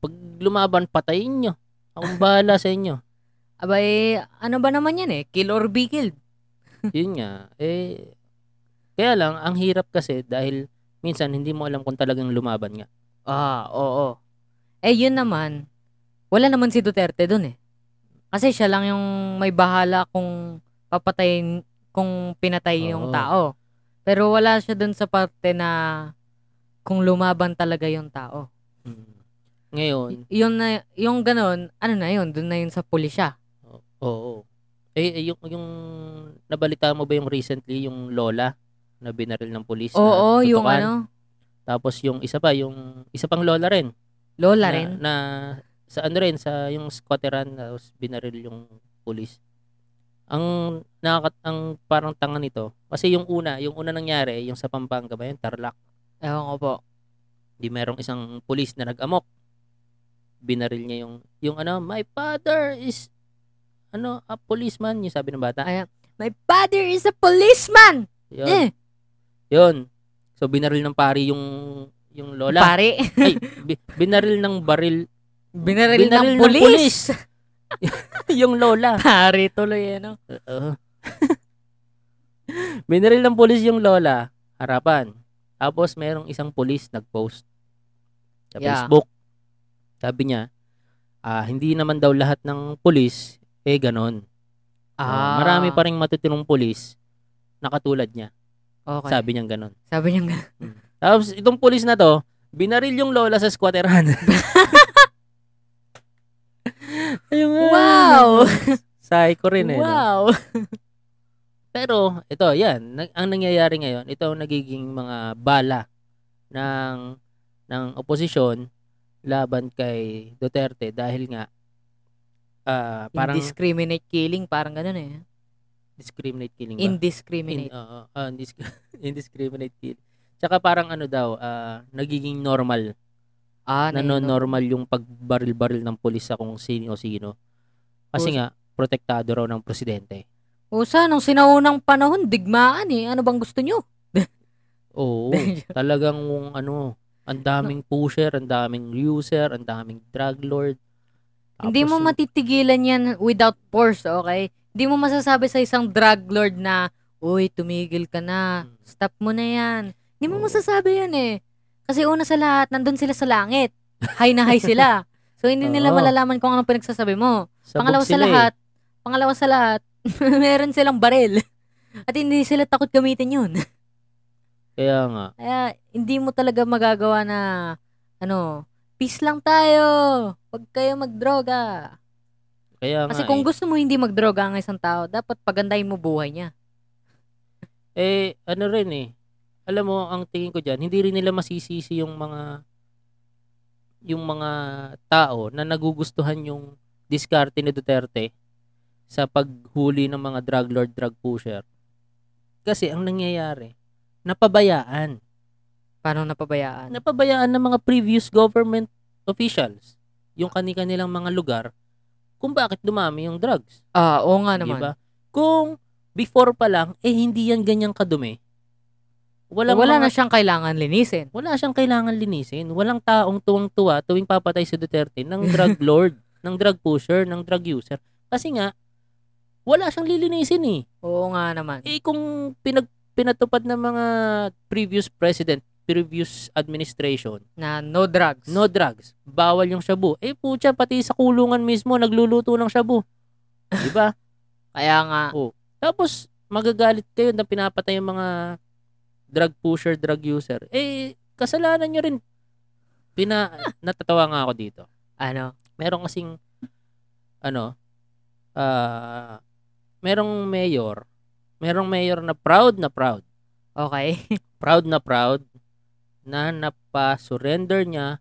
A: pag lumaban, patayin nyo. Akong bahala sa inyo.
B: eh, Abay, ano ba naman yan eh? Kill or be killed.
A: Yun nga. Eh, Kaya lang, ang hirap kasi dahil minsan hindi mo alam kung talagang lumaban nga.
B: Ah, oo. Eh, yun naman. Wala naman si Duterte dun eh. Kasi siya lang yung may bahala kung papatayin, kung pinatay yung
A: Oo.
B: tao. Pero wala siya dun sa parte na kung lumaban talaga yung tao.
A: Ngayon,
B: Y- yun na, yung ganun, ano na yun, dun na yun sa pulisya.
A: oo. Eh, eh, yung, yung nabalita mo ba yung recently, yung lola na binaril ng polis? na
B: Oo, yung
A: tutukan?
B: ano,
A: Tapos yung isa pa, yung isa pang lola rin. na,
B: lola rin.
A: Na, sa ano rin, sa yung squatteran, tapos binaril yung polis. Ang, nakakat, ang parang tanga nito, kasi yung una, yung una nangyari, yung sa Pampanga ba yun, Tarlac,
B: Ewan ko po.
A: di merong isang polis na nag-amok. Binaril niya yung, yung ano, my father is, ano, a policeman, yung sabi ng bata.
B: Ay, My father is a policeman!
A: Yun,
B: Eh,
A: yun. So, binaril ng pari yung, yung lola.
B: pare.
A: Ay, bi- binaril ng baril
B: Binaril,
A: Binaril
B: ng
A: ng
B: pulis.
A: pulis. yung lola.
B: pare, tuloy ano.
A: Oo. Binaril ng polis yung lola, harapan. Tapos merong isang polis nag-post sa
B: Yeah.
A: Facebook. Sabi niya, ah, hindi naman daw lahat ng polis eh ganon. Ah, marami pa rin matutinong polis na katulad niya.
B: Okay.
A: Sabi Eh, niya ganon.
B: Sabi niya nga.
A: Tapos itong polis na to, binaril yung lola sa squatteran. Ayun nga.
B: Wow!
A: Psycho rin eh. no?
B: wow!
A: Pero ito, yan, nag- ang nangyayari ngayon, ito ang nagiging mga bala ng ng oposisyon laban kay Duterte dahil nga ah, parang
B: Indiscriminate killing, parang ganun eh.
A: discriminate killing ba? In-
B: Indiscriminate.
A: oo, oo, indis- indiscriminate killing. Tsaka parang ano daw, ah, nagiging normal,
B: ah,
A: na
B: yun, no?
A: normal yung pagbaril-baril ng pulis sa kung sino sino. Kasi
B: Pus-
A: nga protektado raw ng presidente.
B: Usa, nung sinaunang panahon, digmaan eh. Ano bang gusto nyo?
A: Oo. talagang yung ano, ang daming pusher, ang daming user, ang daming drug lord.
B: Hindi
A: Tapos
B: mo
A: yung-
B: matitigilan yan without force, okay? Hindi mo masasabi sa isang drug lord na, Uy, tumigil ka na.
A: Mm.
B: Stop mo na yan. Hindi mo
A: Oo.
B: masasabi yan eh. Kasi una sa lahat, nandun sila sa langit. High na high sila. So, hindi nila
A: Oo.
B: malalaman kung anong pinagsasabi mo.
A: sabog
B: pangalawa sa
A: sila eh.
B: lahat, pangalawa sa lahat, meron silang baril. At hindi sila takot gamitin yun.
A: Kaya nga.
B: Kaya hindi mo talaga magagawa na, ano, peace lang tayo. Huwag kayo magdroga.
A: Kaya nga.
B: Kasi
A: eh.
B: kung gusto mo hindi magdroga ang isang tao, dapat pagandahin mo buhay niya.
A: eh, ano rin eh. Alam mo, ang tingin ko dyan, hindi rin nila masisisi yung mga yung mga tao na nagugustuhan yung diskarte ni Duterte sa paghuli ng mga drug lord, drug pusher. Kasi ang nangyayari, napabayaan.
B: Paano napabayaan?
A: napabayaan ng mga previous government officials yung kani-kanilang mga lugar kung bakit dumami yung drugs.
B: Ah, oo nga naman.
A: Diba? Kung before pa lang, eh hindi yan ganyang kadumi. Walang
B: Wala na
A: mga-
B: siyang kailangan linisin.
A: wala siyang kailangan linisin. Walang taong tuwang-tuwa tuwing papatay si Duterte ng drug lord, ng drug pusher, ng drug user. Kasi nga, wala siyang lilinisin eh.
B: Oo nga naman.
A: Eh kung pinag, pinatupad ng mga previous president, previous administration,
B: Na no drugs.
A: No drugs. Bawal yung shabu. Eh, putya, pati sa kulungan mismo, nagluluto ng shabu. Diba?
B: Kaya nga,
A: Tapos, magagalit kayo na pinapatay yung mga drug pusher, drug user. Eh, kasalanan nyo rin. Pina, natatawa nga ako dito.
B: ano,
A: Meron kasing, ano, ah, merong mayor, merong mayor na proud na proud,
B: okay.
A: proud na proud, na napa-surrender niya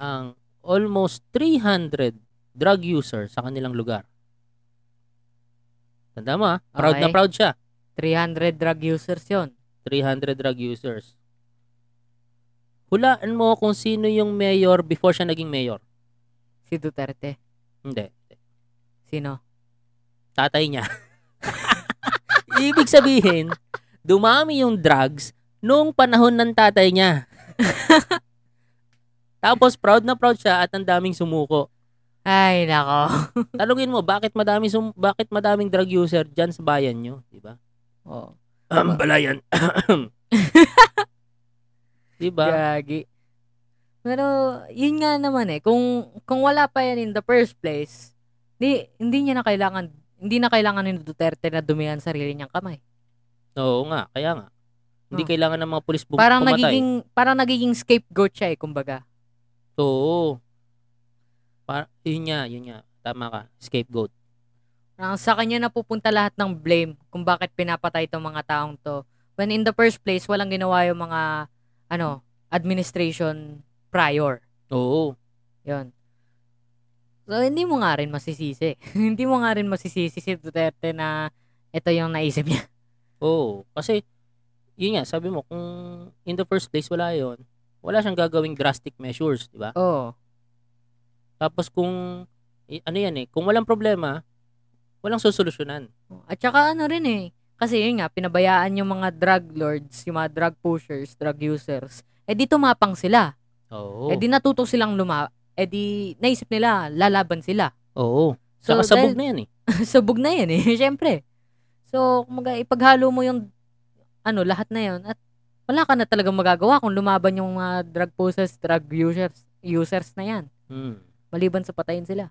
A: ang almost 300 drug user sa kanilang lugar. Tanda mo ah, proud na
B: Okay.
A: proud siya.
B: 300 drug users yon
A: 300 drug users. Hulaan mo kung sino yung mayor before siya naging mayor.
B: Si Duterte.
A: Hindi.
B: Sino?
A: Tatay niya. Ibig sabihin, dumami yung drugs noong panahon ng tatay niya. Tapos proud na proud siya at ang daming sumuko.
B: Ay, nako.
A: Tanungin mo bakit madami sum- bakit madaming drug user diyan sa bayan nyo, 'di ba?
B: Oo.
A: Um, balayan. diba?
B: Gagi. Pero, yun nga naman eh. Kung, kung wala pa yan in the first place, di, hindi niya na kailangan, hindi na kailangan ni Duterte na dumihan sarili niyang kamay.
A: Oo nga, kaya nga. Hindi
B: Oh.
A: kailangan ng mga pulis bum-
B: Parang
A: pumatay.
B: nagiging, parang nagiging scapegoat siya eh, kumbaga.
A: Oo. Par- yun nga, yun nga. Tama ka. Scapegoat.
B: Parang sa kanya napupunta lahat ng blame kung bakit pinapatay itong mga taong to. When in the first place, walang ginawa yung mga, ano, administration prior.
A: Oo.
B: Yun. So, hindi mo nga rin masisisi. hindi mo nga rin masisisi si Duterte na ito yung naisip niya.
A: Oo. Kasi, yun nga, sabi mo, kung in the first place wala yon wala siyang gagawing drastic measures, di ba?
B: Oo.
A: Tapos kung, i- ano yan eh, kung walang problema, walang susolusyonan.
B: At saka ano rin eh, kasi yun nga, pinabayaan yung mga drug lords, yung mga drug pushers, drug users. Eh di tumapang sila.
A: Oo.
B: Eh di natuto silang luma. Eh di naisip nila, lalaban sila.
A: Oo.
B: So,
A: Saka sabog
B: dahil-
A: na yan eh.
B: sabog na yan eh, syempre. So, kumaga, ipaghalo mo yung, ano, lahat na yun. At wala ka na talagang magagawa kung lumaban yung mga drug pushers, drug users, users na yan.
A: Hmm.
B: Maliban sa patayin sila.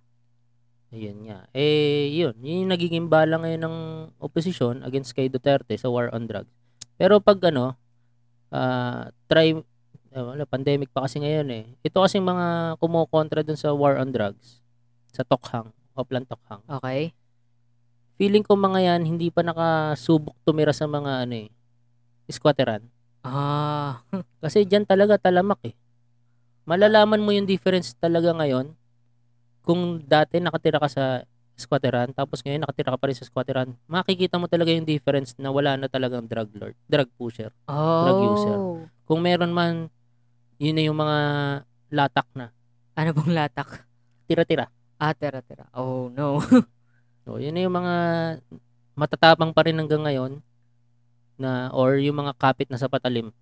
A: Ayun nga. Eh, yun. Yun yung nagiging bala ngayon ng opposition against kay Duterte sa war on drugs. Pero pag ano, ah, try, ah, wala, pandemic pa kasi ngayon eh. Ito kasi mga kumukontra dun sa war on drugs, sa Tokhang, o Plan Tokhang.
B: Okay?
A: Feeling ko mga yan, hindi pa nakasubok tumira sa mga ano eh, squatteran.
B: Ah,
A: Kasi dyan talaga talamak eh. Malalaman mo yung difference talaga ngayon kung dati nakatira ka sa squatteran tapos ngayon nakatira ka pa rin sa squatteran. Makikita mo talaga yung difference na wala na talagang drug lord, drug pusher.
B: oh.
A: user. Kung meron man, yun na yung mga latak na.
B: Ano bang latak?
A: Tira-tira.
B: Ah, tera, tera. Oh, no.
A: So, yun na yung mga matatapang pa rin hanggang ngayon na or yung mga kapit na sa patalim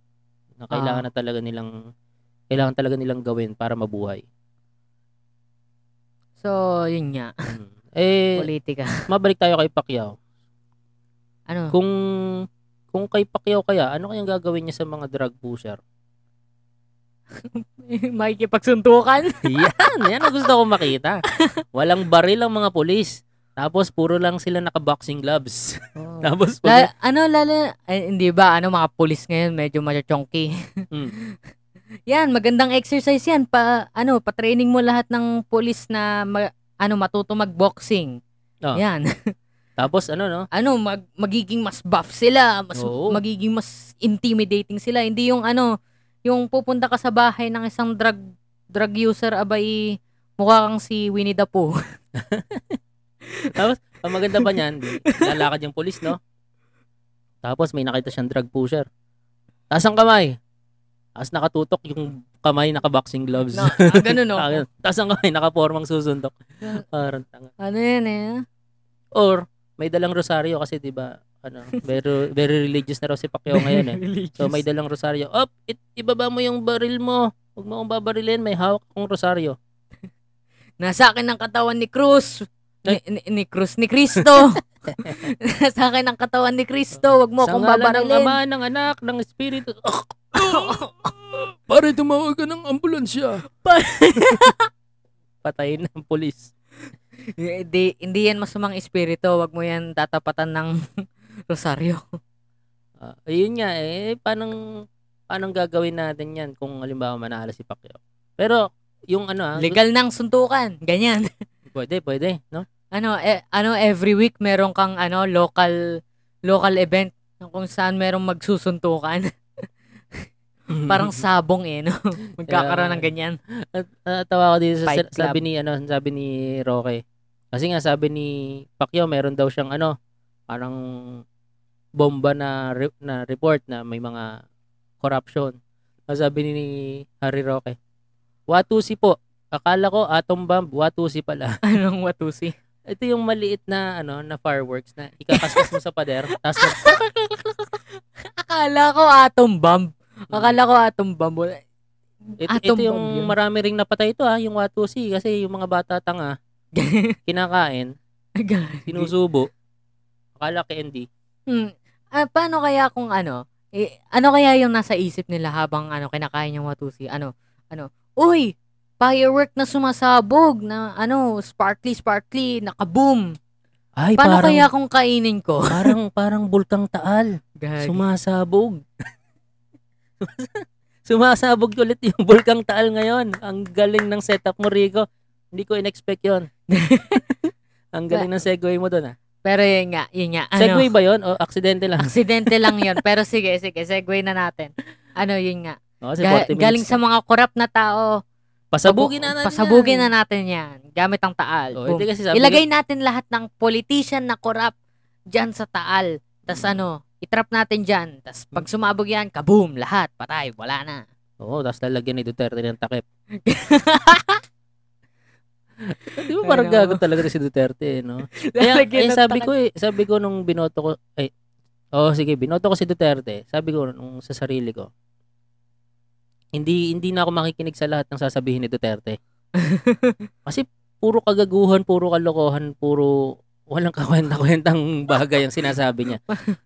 A: na kailangan na talaga nilang kailangan talaga nilang gawin para mabuhay.
B: So, yun nga.
A: Mm. eh,
B: Politika.
A: mabalik tayo kay Pacquiao.
B: Ano?
A: Kung kung kay Pacquiao kaya, ano kayang gagawin niya sa mga drug pusher?
B: Makikipagsuntukan?
A: yan, yan ang gusto ko makita. Walang baril ang mga polis. Tapos puro lang sila naka-boxing gloves.
B: Oh.
A: Tapos pag,
B: La- ano, lalo, ay, hindi ba, ano, mga pulis ngayon, medyo machonky.
A: Mm,
B: Yan, magandang exercise yan. Pa, ano, pa-training mo lahat ng pulis na ma- ano, matuto mag-boxing.
A: Ah.
B: Yan.
A: tapos ano no?
B: Ano, mag, magiging mas buff sila, mas
A: Oo.
B: magiging mas intimidating sila. Hindi yung ano, yung pupunta ka sa bahay ng isang drug drug user abay mukha kang si Winnie the Pooh.
A: Ang maganda pa niyan, di- lalakad yung polis, no? Tapos may nakita siyang drug pusher. Taas ang kamay. Tapos nakatutok yung kamay naka-boxing gloves.
B: No, ah, ganun no.
A: Tapos ang kamay naka-formang susuntok. Parang tanga.
B: ano yan eh?
A: Or may dalang rosaryo kasi 'di ba? Ano, very very religious na raw si Pacquiao ngayon eh. So may dalang rosaryo. Op, it, ibaba mo yung baril mo. Huwag mo akong babarilin, may hawak akong rosaryo.
B: Nasa akin ang katawan ni Cruz. Ni, ni, ni Cruz, ni Kristo. Nasa akin ang katawan ni Kristo. Huwag mo
A: Sa
B: akong
A: ngalan ng
B: babarilin.
A: Ama, ng Anak, ng Espiritu. Pare, tumawag ka ng ambulansya. Patayin ng polis.
B: Hindi, hindi yan masamang espiritu. Huwag mo yan tatapatan ng rosaryo.
A: Ah, ayun nga eh, paano, paano gagawin natin yan kung halimbawa manalo si Pacquiao? Pero, yung ano ah,
B: Legal ng suntukan. Ganyan.
A: pwede, pwede, no?
B: Ano, eh, ano every week meron kang ano local local event kung saan merong magsusuntukan. Parang sabong eh, no? Magkakaroon ng ganyan.
A: At natawa ko dito sa
B: Fight
A: sabi ni ano, sabi ni Roque. Kasi nga sabi ni Pacquiao, meron daw siyang ano, parang bomba na re- na report na may mga corruption. Ang sabi ni Harry Roque, Watusi po. Akala ko atom bomb, watusi pala.
B: Anong watusi?
A: Ito yung maliit na ano na fireworks na ikakaskas mo sa pader, tapos mag-
B: Akala ko atom bomb. Akala ko atom bomb. Wala-
A: ito,
B: Atom
A: ito yung
B: bomb yun.
A: marami ring napatay ito ah, yung watusi kasi yung mga bata tanga kinakain,
B: Gagi.
A: sinusubo. Akala KND.
B: Hmm. Ah, paano kaya kung ano? Eh, ano kaya yung nasa isip nila habang ano kinakain yung watusi? Ano? Ano? Uy, firework na sumasabog na ano, sparkly sparkly, nakaboom.
A: Ay,
B: Paano
A: parang,
B: kaya kung kainin ko?
A: parang, parang bulkang taal. Sumasabog. Sumasabog ulit yung bulkang taal ngayon. Ang galing ng setup mo, Rico. Hindi ko in-expect yon. Ang galing ng segue mo doon, ah.
B: Pero yun nga, yun nga. Ano?
A: Segue ba yon o aksidente lang?
B: Aksidente lang yun. Pero sige, sige, segue na natin. Ano yun nga.
A: O, Oh, kasi
B: Ga-
A: 40 minutes.
B: galing sa mga korap na tao.
A: Pasabugin na natin.
B: Pasabugin
A: yan.
B: na natin yan. Gamit ang taal.
A: O,
B: Boom.
A: hindi kasi sabi
B: Ilagay natin lahat ng politician na korap dyan sa taal. tas
A: Hmm.
B: ano, itrap natin dyan. tas pag sumabog yan, kaboom, lahat, patay, wala na.
A: Oo, tapos lalagyan ni Duterte ng takip. Di ba parang
B: Ay, nako.
A: gago talaga si Duterte, eh, no? Kaya, eh, sabi ko eh, sabi ko nung binoto ko, ay, oh sige, binoto ko si Duterte, sabi ko nung sa sarili ko, hindi hindi na ako makikinig sa lahat ng sasabihin ni Duterte. Kasi puro kagaguhan, puro kalokohan, puro walang kawenta-kwentang bagay ang sinasabi niya.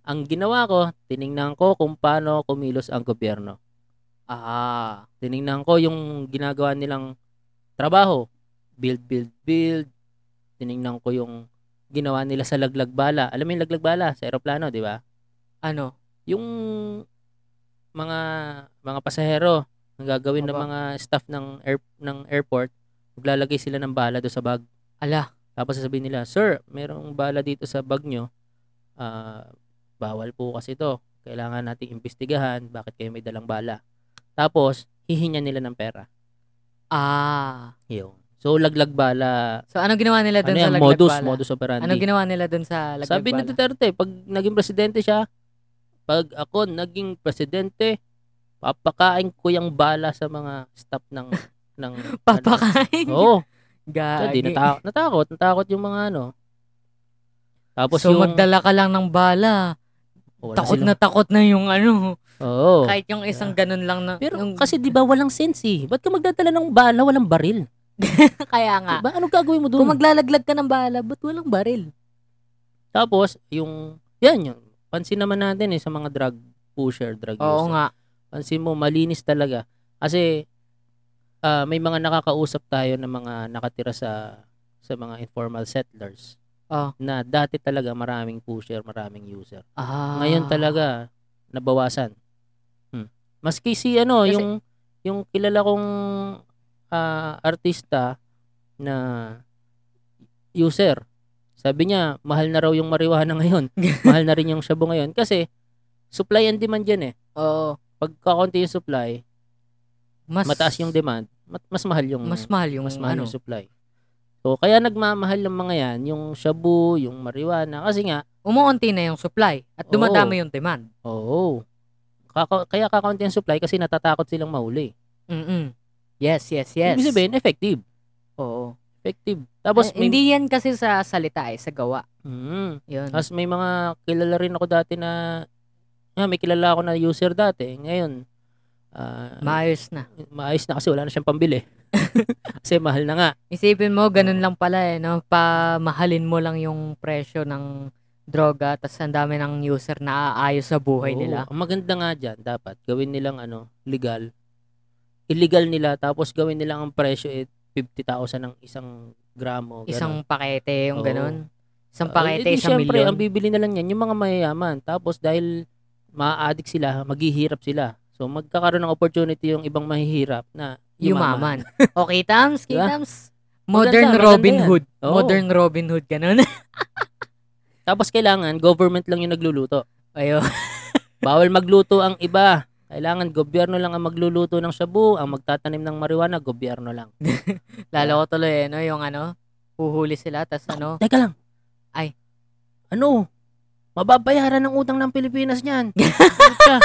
A: Ang ginawa ko, tiningnan ko kung paano kumilos ang gobyerno
B: Ah,
A: tiningnan ko yung ginagawa nilang trabaho. Build, build, build. Tiningnan ko yung ginawa nila sa laglag bala. Alam mo yung laglag bala sa eroplano, di ba?
B: ano?
A: Yung mga mga pasahero ang gagawin ng
B: Aba.
A: mga staff ng air, ng airport, maglalagay sila ng bala do sa bag.
B: Ala.
A: Tapos sasabihin nila, "Sir, merong bala dito sa bag nyo. Ah, bawal po kasi to. Kailangan nating imbestigahan bakit kayo may dalang bala." Tapos hihinya nila ng pera.
B: Ah.
A: Yun. So, laglag bala.
B: So, ano ginawa
A: Ano
B: nila doon sa
A: yan?
B: laglag
A: Modus,
B: bala?
A: modus operandi.
B: Ano ginawa nila doon sa laglag
A: Sabi ni
B: bala?
A: Duterte, pag naging presidente siya, pag ako naging presidente, papakain ko yung bala sa mga staff ng ng ano.
B: Papakain.
A: Oo.
B: Gagi.
A: So, di nata- natakot, natakot yung mga ano. Tapos
B: so,
A: yung
B: magdala ka lang ng bala.
A: wala
B: Takot
A: silang-
B: na takot na yung ano.
A: Oo.
B: Kahit yung isang ganun lang na.
A: Pero
B: yung-
A: kasi 'di ba walang sense eh. Ba't ka magdadala ng bala, walang baril?
B: kaya nga.
A: Diba? Ano gagawin mo doon?
B: Ah. Kung maglalaglag ka ng bala, ba't walang baril?
A: Tapos, yung, yan yung, pansin naman natin eh, sa mga drug pusher, drug
B: Oo
A: user.
B: nga.
A: Pansin mo, malinis talaga. Kasi, ah, may mga nakakausap tayo ng mga nakatira sa, sa mga informal settlers.
B: Oh.
A: Na dati talaga maraming pusher, maraming user.
B: Ah.
A: Ngayon talaga, nabawasan. Hmm. Maski si, ano,
B: Kasi-
A: yung, yung kilala kong ah, artista na user. Sabi niya, mahal na raw yung marijuana ngayon. mahal na rin yung shabu ngayon. Kasi, supply and demand yan eh.
B: Oo.
A: Pag kakaunti yung supply,
B: Mas,
A: mataas yung demand, mat- mas mahal yung
B: Mas mahal yung
A: mas mahal
B: ano.
A: yung supply. So, kaya nagmamahal ng mga yan, yung shabu, yung marijuana. Kasi nga,
B: Umuunti na yung supply
A: Oo.
B: at dumadami yung demand.
A: oo, kaka- kaya kakaunti ang supply kasi natatakot silang mahuli.
B: Mm-mm. Yes, yes, yes.
A: Ibig sabihin, effective.
B: Oo.
A: Effective. Tapos,
B: Eh,
A: may,
B: hindi yan kasi sa salita eh, sa gawa.
A: Mm.
B: Yun.
A: Tapos may mga kilala rin ako dati na ah, may kilala ako na user dati. Ngayon, ah,
B: Maayos na.
A: maayos na kasi wala na siyang pambili. kasi mahal na nga.
B: Isipin mo, ganun lang pala eh, no? Pamahalin mo lang yung presyo ng droga tapos ang dami ng user na aayos sa buhay
A: Oo.
B: nila.
A: Ang maganda nga dyan, dapat gawin nilang ano, legal. Illegal nila, tapos gawin nilang ang presyo eh, 50,000 ng isang gramo. ganun.
B: Isang pakete, yung
A: Oo.
B: ganun. Isang
A: Ah,
B: pakete,
A: eh, di
B: isang
A: syempre,
B: milyon.
A: ang bibili na lang yan, yung mga mayayaman. Tapos dahil ma-addict sila, maghihirap sila. So magkakaroon ng opportunity yung ibang mahihirap na yumaman.
B: Yumaman. okay, Tams,
A: Diba?
B: Kitams.
A: Maganda,
B: Modern
A: maganda
B: Robin
A: yan.
B: Hood.
A: Oo.
B: Modern Robin Hood, ganun.
A: Tapos kailangan, government lang yung nagluluto.
B: Ayo.
A: Bawal magluto ang iba. Kailangan gobyerno lang ang magluluto ng shabu, ang magtatanim ng marijuana, gobyerno lang.
B: Lalo ko tuloy, eh, no? Yung ano, huhuli sila, tas ano,
A: Oh, Teka lang.
B: Ay.
A: Ano? Mababayaran ng utang ng Pilipinas niyan. Puta,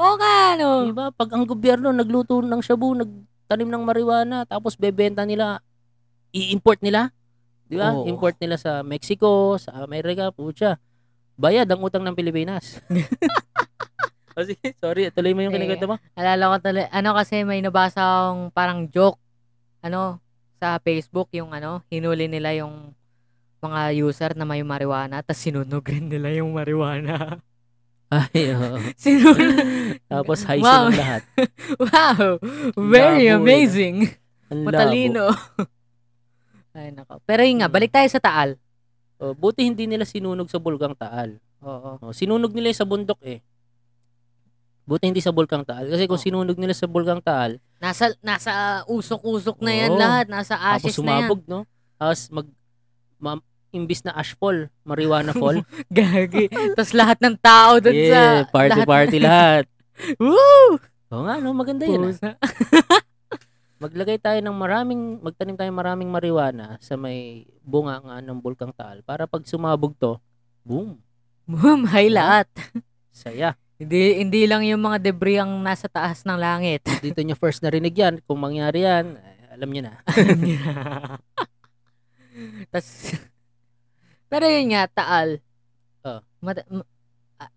B: Oo nga, no?
A: diba? Pag ang gobyerno nagluto ng shabu, nagtanim ng marijuana, tapos bebenta nila, i-import nila. Di ba?
B: Oo.
A: Import nila sa Mexico, sa Amerika, putya. Bayad ang utang ng Pilipinas. o Oh, sige, sorry, tuloy mo yung
B: Eh,
A: kinikwento mo.
B: Alala ko tuloy, ano kasi may nabasa akong parang joke, ano, sa Facebook, yung ano, hinuli nila yung mga user na may marijuana, tas sinunog rin nila yung marijuana.
A: Ay, oo.
B: Sino?
A: Tapos high wow.
B: Wow.
A: lahat.
B: wow!
A: Labo
B: Very
A: eh.
B: amazing!
A: Ang labo.
B: Matalino. Ay, nako. Pero yun nga,
A: Mm.
B: balik tayo sa Taal.
A: Oh, buti hindi nila sinunog sa Bulgang Taal.
B: Oo.
A: Oh, sinunog nila yung sa bundok eh. Buti hindi sa Bulgang Taal. Kasi kung
B: Oh.
A: sinunog nila sa Bulgang Taal,
B: Nasa, nasa usok-usok na yan
A: Oo.
B: lahat. Nasa
A: tapos
B: ashes na yan.
A: sumabog, no? Tapos mag, ma- imbis na ash fall, marijuana fall.
B: Gagi. Tapos lahat ng tao doon
A: yeah,
B: sa...
A: party
B: lahat-
A: party lahat.
B: Woo!
A: Oo nga, no? Maganda yun. ah.
B: Pusa.
A: Maglagay tayo ng maraming, magtanim tayo maraming marijuana sa may bunga nga ng Bulgang Taal para pag sumabog to, boom,
B: Boom, hay lahat.
A: saya.
B: Hindi, hindi lang yung mga debris ang nasa taas ng langit.
A: Dito nyo first narinig yan. Kung mangyari yan, eh, alam nyo na.
B: Tapos, pero yun nga, Taal.
A: Oh.
B: Mata- ma-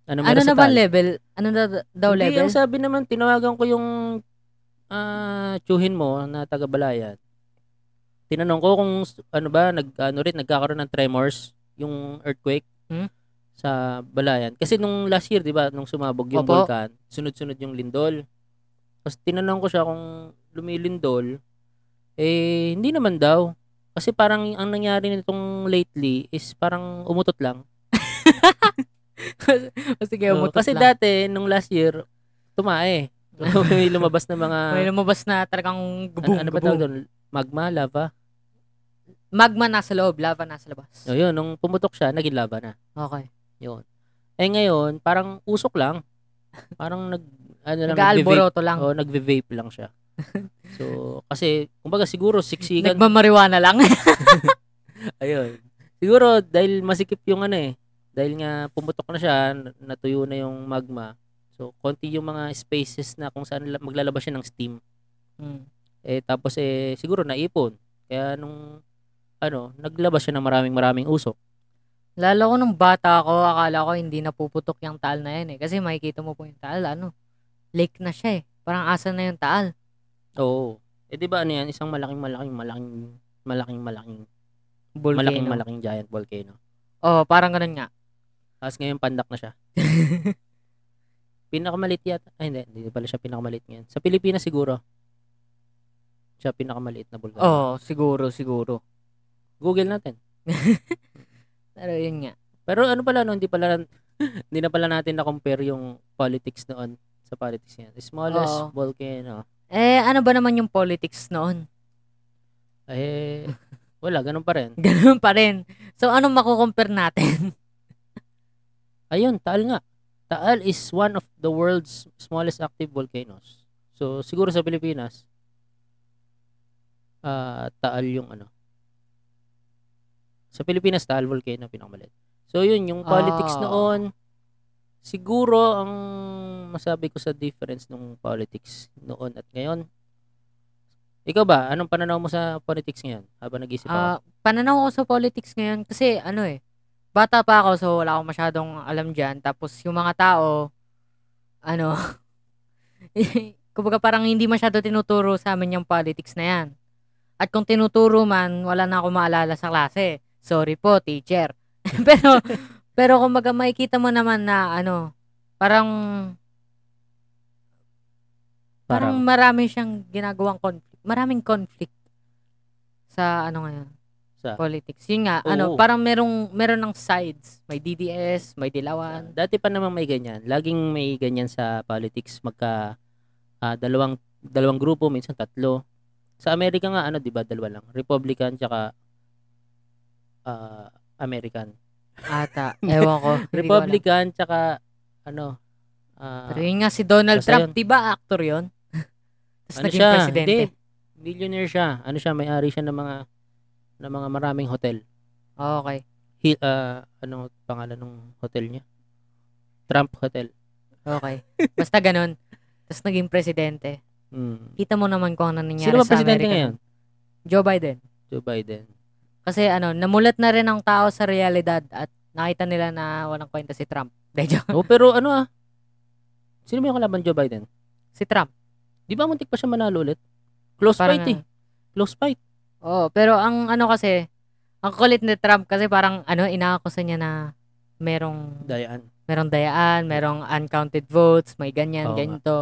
A: Ano,
B: ano
A: meron sa
B: na ba
A: Taal?
B: level? Ano na daw
A: Hindi,
B: level?
A: ang sabi naman, tinawagan ko yung ah tsuhin mo na taga Balayat. Tinanong ko kung s- ano ba, nag, ano rin, nagkakaroon ng tremors, yung earthquake
B: Hmm?
A: sa Balayan. Kasi nung last year, di ba, nung sumabog yung
B: Opo.
A: vulkan, sunod-sunod yung lindol. Tapos tinanong ko siya kung lumilindol, eh, hindi naman daw. Kasi parang ang nangyari nitong lately is parang umutot lang.
B: O sige,
A: Oo,
B: umutot
A: Oh, kasi
B: lang.
A: dati, nung last year, tumae. May lumabas na mga,
B: May lumabas na talagang
A: ano,
B: gubong,
A: ano ba
B: gubong.
A: tawag doon? Magma, lava.
B: Magma nasa loob, lava nasa labas.
A: O yun, nung pumutok siya, naging lava na.
B: Okay.
A: Eh ngayon, parang usok lang. Parang nag, ano lang, nagbe-vape.
B: Nag-alboroto lang.
A: O, nagve-vape lang siya. So, kasi, kumbaga siguro, siksikan.
B: Nagmamariwana lang.
A: Ayun. Siguro, dahil masikip yung ano eh. Dahil nga pumutok na siya, n- natuyo na yung magma. So, konti yung mga spaces na kung saan la- maglalabas siya ng steam.
B: Mm.
A: Eh, tapos eh, siguro naipon. Kaya nung, ano, naglabas siya ng maraming maraming usok.
B: Lalo ko nung bata ako, akala ko hindi napuputok yung taal na yan eh. Kasi makikita mo po yung taal, ano, lake na siya eh. Parang asa na yung taal.
A: Oo. Eh, di ba ano yan? Isang malaking, malaking, malaking, malaking, malaking,
B: Volcano.
A: malaking, malaking giant volcano.
B: Oh, parang ganun nga.
A: Tapos ngayon, pandak na siya. Pinakamalit yata. Ay, hindi. Hindi pala siya pinakamalit ngayon. Sa Pilipinas siguro. Siya pinakamaliit na volcano.
B: Oh, siguro, siguro.
A: Google natin.
B: Pero yun nga.
A: Pero ano pala, no, hindi pala, hindi na pala natin na-compare yung politics noon sa politics ngayon. Smallest
B: Oo.
A: volcano.
B: Eh, ano ba naman yung politics noon?
A: Eh, wala, ganun pa rin.
B: Ganun pa rin. So, anong makukompare natin?
A: Ayun, Taal nga. Taal is one of the world's smallest active volcanoes. So, siguro sa Pilipinas, ah Taal yung ano. Sa Pilipinas, Taal volcano, pinakamalit. So, yun, yung politics
B: Ah.
A: noon, siguro ang masabi ko sa difference ng politics noon at ngayon, ikaw ba, anong pananaw mo sa politics ngayon habang nag-isip ako?
B: Ah, pananaw ko sa politics ngayon kasi ano eh, bata pa ako so wala akong masyadong alam dyan. Tapos yung mga tao, ano, kumbaga parang hindi masyado tinuturo sa amin yung politics na yan. At kung tinuturo man, wala na ako maalala sa klase. Sorry po, teacher. pero, pero kumbaga makikita mo naman na ano, parang, parang,
A: parang,
B: marami siyang ginagawang conflict. Maraming conflict sa ano ngayon
A: sa,
B: politics. Yun nga,
A: Oo.
B: ano, parang merong meron ng sides. May DDS, may
A: Ah,
B: Dilawan.
A: dati pa naman may ganyan. Laging may ganyan sa politics magka ah, dalawang dalawang grupo, minsan tatlo. Sa Amerika nga ano, 'di ba, dalawa lang. Republican tsaka ah, American.
B: Ata, ewan ko. hindi ko
A: Republican tsaka ano
B: alam.
A: ah,
B: Pero yun nga si Donald
A: Basta
B: Trump,
A: yun.
B: di ba actor yun? Tapos
A: ano
B: naging
A: siya?
B: presidente.
A: Hindi, millionaire siya. Ano siya, may-ari siya ng mga ng mga maraming hotel.
B: Okay.
A: Hi, ah, ano pangalan ng hotel niya? Trump Hotel.
B: Okay. Basta ganun. Tapos naging presidente.
A: Mm.
B: Kita mo naman kung ano nangyari
A: Sino ba
B: sa
A: presidente
B: Amerika.
A: ngayon?
B: Joe Biden.
A: Joe Biden.
B: Kasi ano, namulat na rin ang tao sa realidad at nakita nila na walang kwenta si Trump. Dejo.
A: Oh, pero ano ah? Sino ba yung kalaban Joe Biden?
B: si Trump.
A: Di ba muntik pa siya manalo ulit? Close
B: Parang, ano.
A: fight eh. Close fight.
B: Oo, pero ang ano kasi, ang kulit ni Trump kasi parang ano, inaakusa niya na merong
A: Dayaan.
B: merong dayaan, merong uncounted votes, may ganyan,
A: Oo nga.
B: ganito.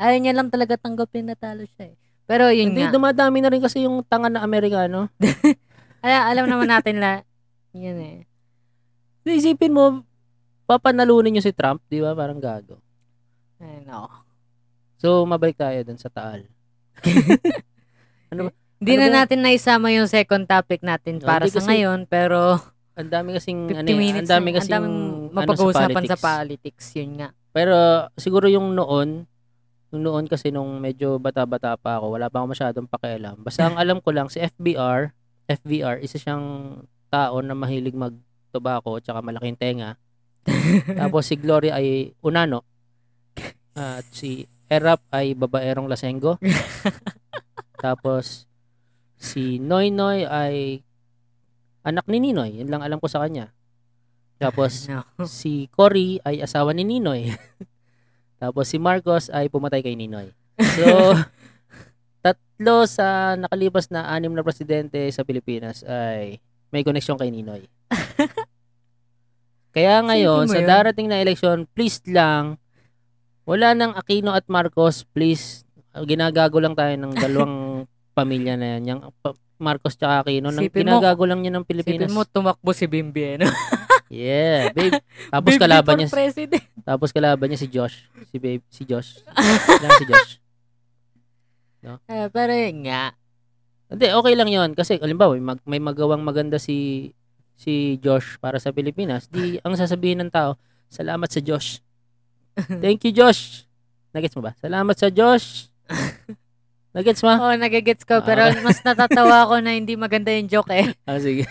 B: Ayaw niya lang talaga tanggapin na talo siya eh. Pero yun
A: Hindi,
B: nga.
A: dumadami na rin kasi yung tanga na Amerikano.
B: Alam, alam naman natin la. Yan eh.
A: Isipin mo, papanalunin nyo si Trump, di ba? Parang gago.
B: Ayun, oo.
A: So, mabalik tayo dun sa Taal.
B: Hindi
A: Ano
B: na
A: ba?
B: natin naisama yung second topic natin
A: Oo,
B: para
A: hindi
B: sa
A: kasi
B: ngayon, pero
A: Ang dami kasing,
B: 50
A: ano, eh, ang
B: minutes,
A: dami
B: na-
A: kasing,
B: daming
A: ano,
B: mapag-uusapan sa
A: politics.
B: politics, yun nga.
A: Pero, siguro yung noon, yung noon kasi nung medyo bata-bata pa ako, wala pa ako masyadong pakialam. Basta ang alam ko lang, si FBR, FVR, isa siyang tao na mahilig mag-tobacco tsaka malaking tenga. Tapos si Gloria ay unano. At si Erap ay babaerong lasengo. Tapos si Noy Noy ay anak ni Ninoy. Yun lang alam ko sa kanya. Tapos
B: No.
A: si Cory ay asawa ni Ninoy. Tapos si Marcos ay pumatay kay Ninoy. So, tatlo sa nakalipas na anim na presidente sa Pilipinas ay may koneksyon kay Ninoy. Kaya ngayon,
B: mo
A: sa
B: yun?
A: darating na eleksyon, please lang, wala nang Aquino at Marcos, please, ginagago lang tayo ng dalawang pamilya na yan. Yung pa- Marcos tsaka Aquino, nang
B: Isipin mo-
A: ginagago lang niya ng Pilipinas.
B: Sipin mo, tumakbo si Bimbi eh. No?
A: Yeah, babe. Tapos
B: Bimbi
A: kalaban
B: for
A: niya,
B: president.
A: tapos kalaban niya si Josh, si babe, si Josh. Yan si Josh.
B: Eh, pero yun nga.
A: Hindi, okay lang 'yon kasi halimbawa may, mag- may magawang maganda si si Josh para sa Pilipinas, di ang sasabihin ng tao, salamat sa Josh. Thank you Josh. Nagets mo ba? Salamat sa Josh. Nagets mo?
B: Oo, oh, nagagets ko. Pero
A: Ah.
B: mas natatawa ako na hindi maganda yung joke eh.
A: Ah, sige.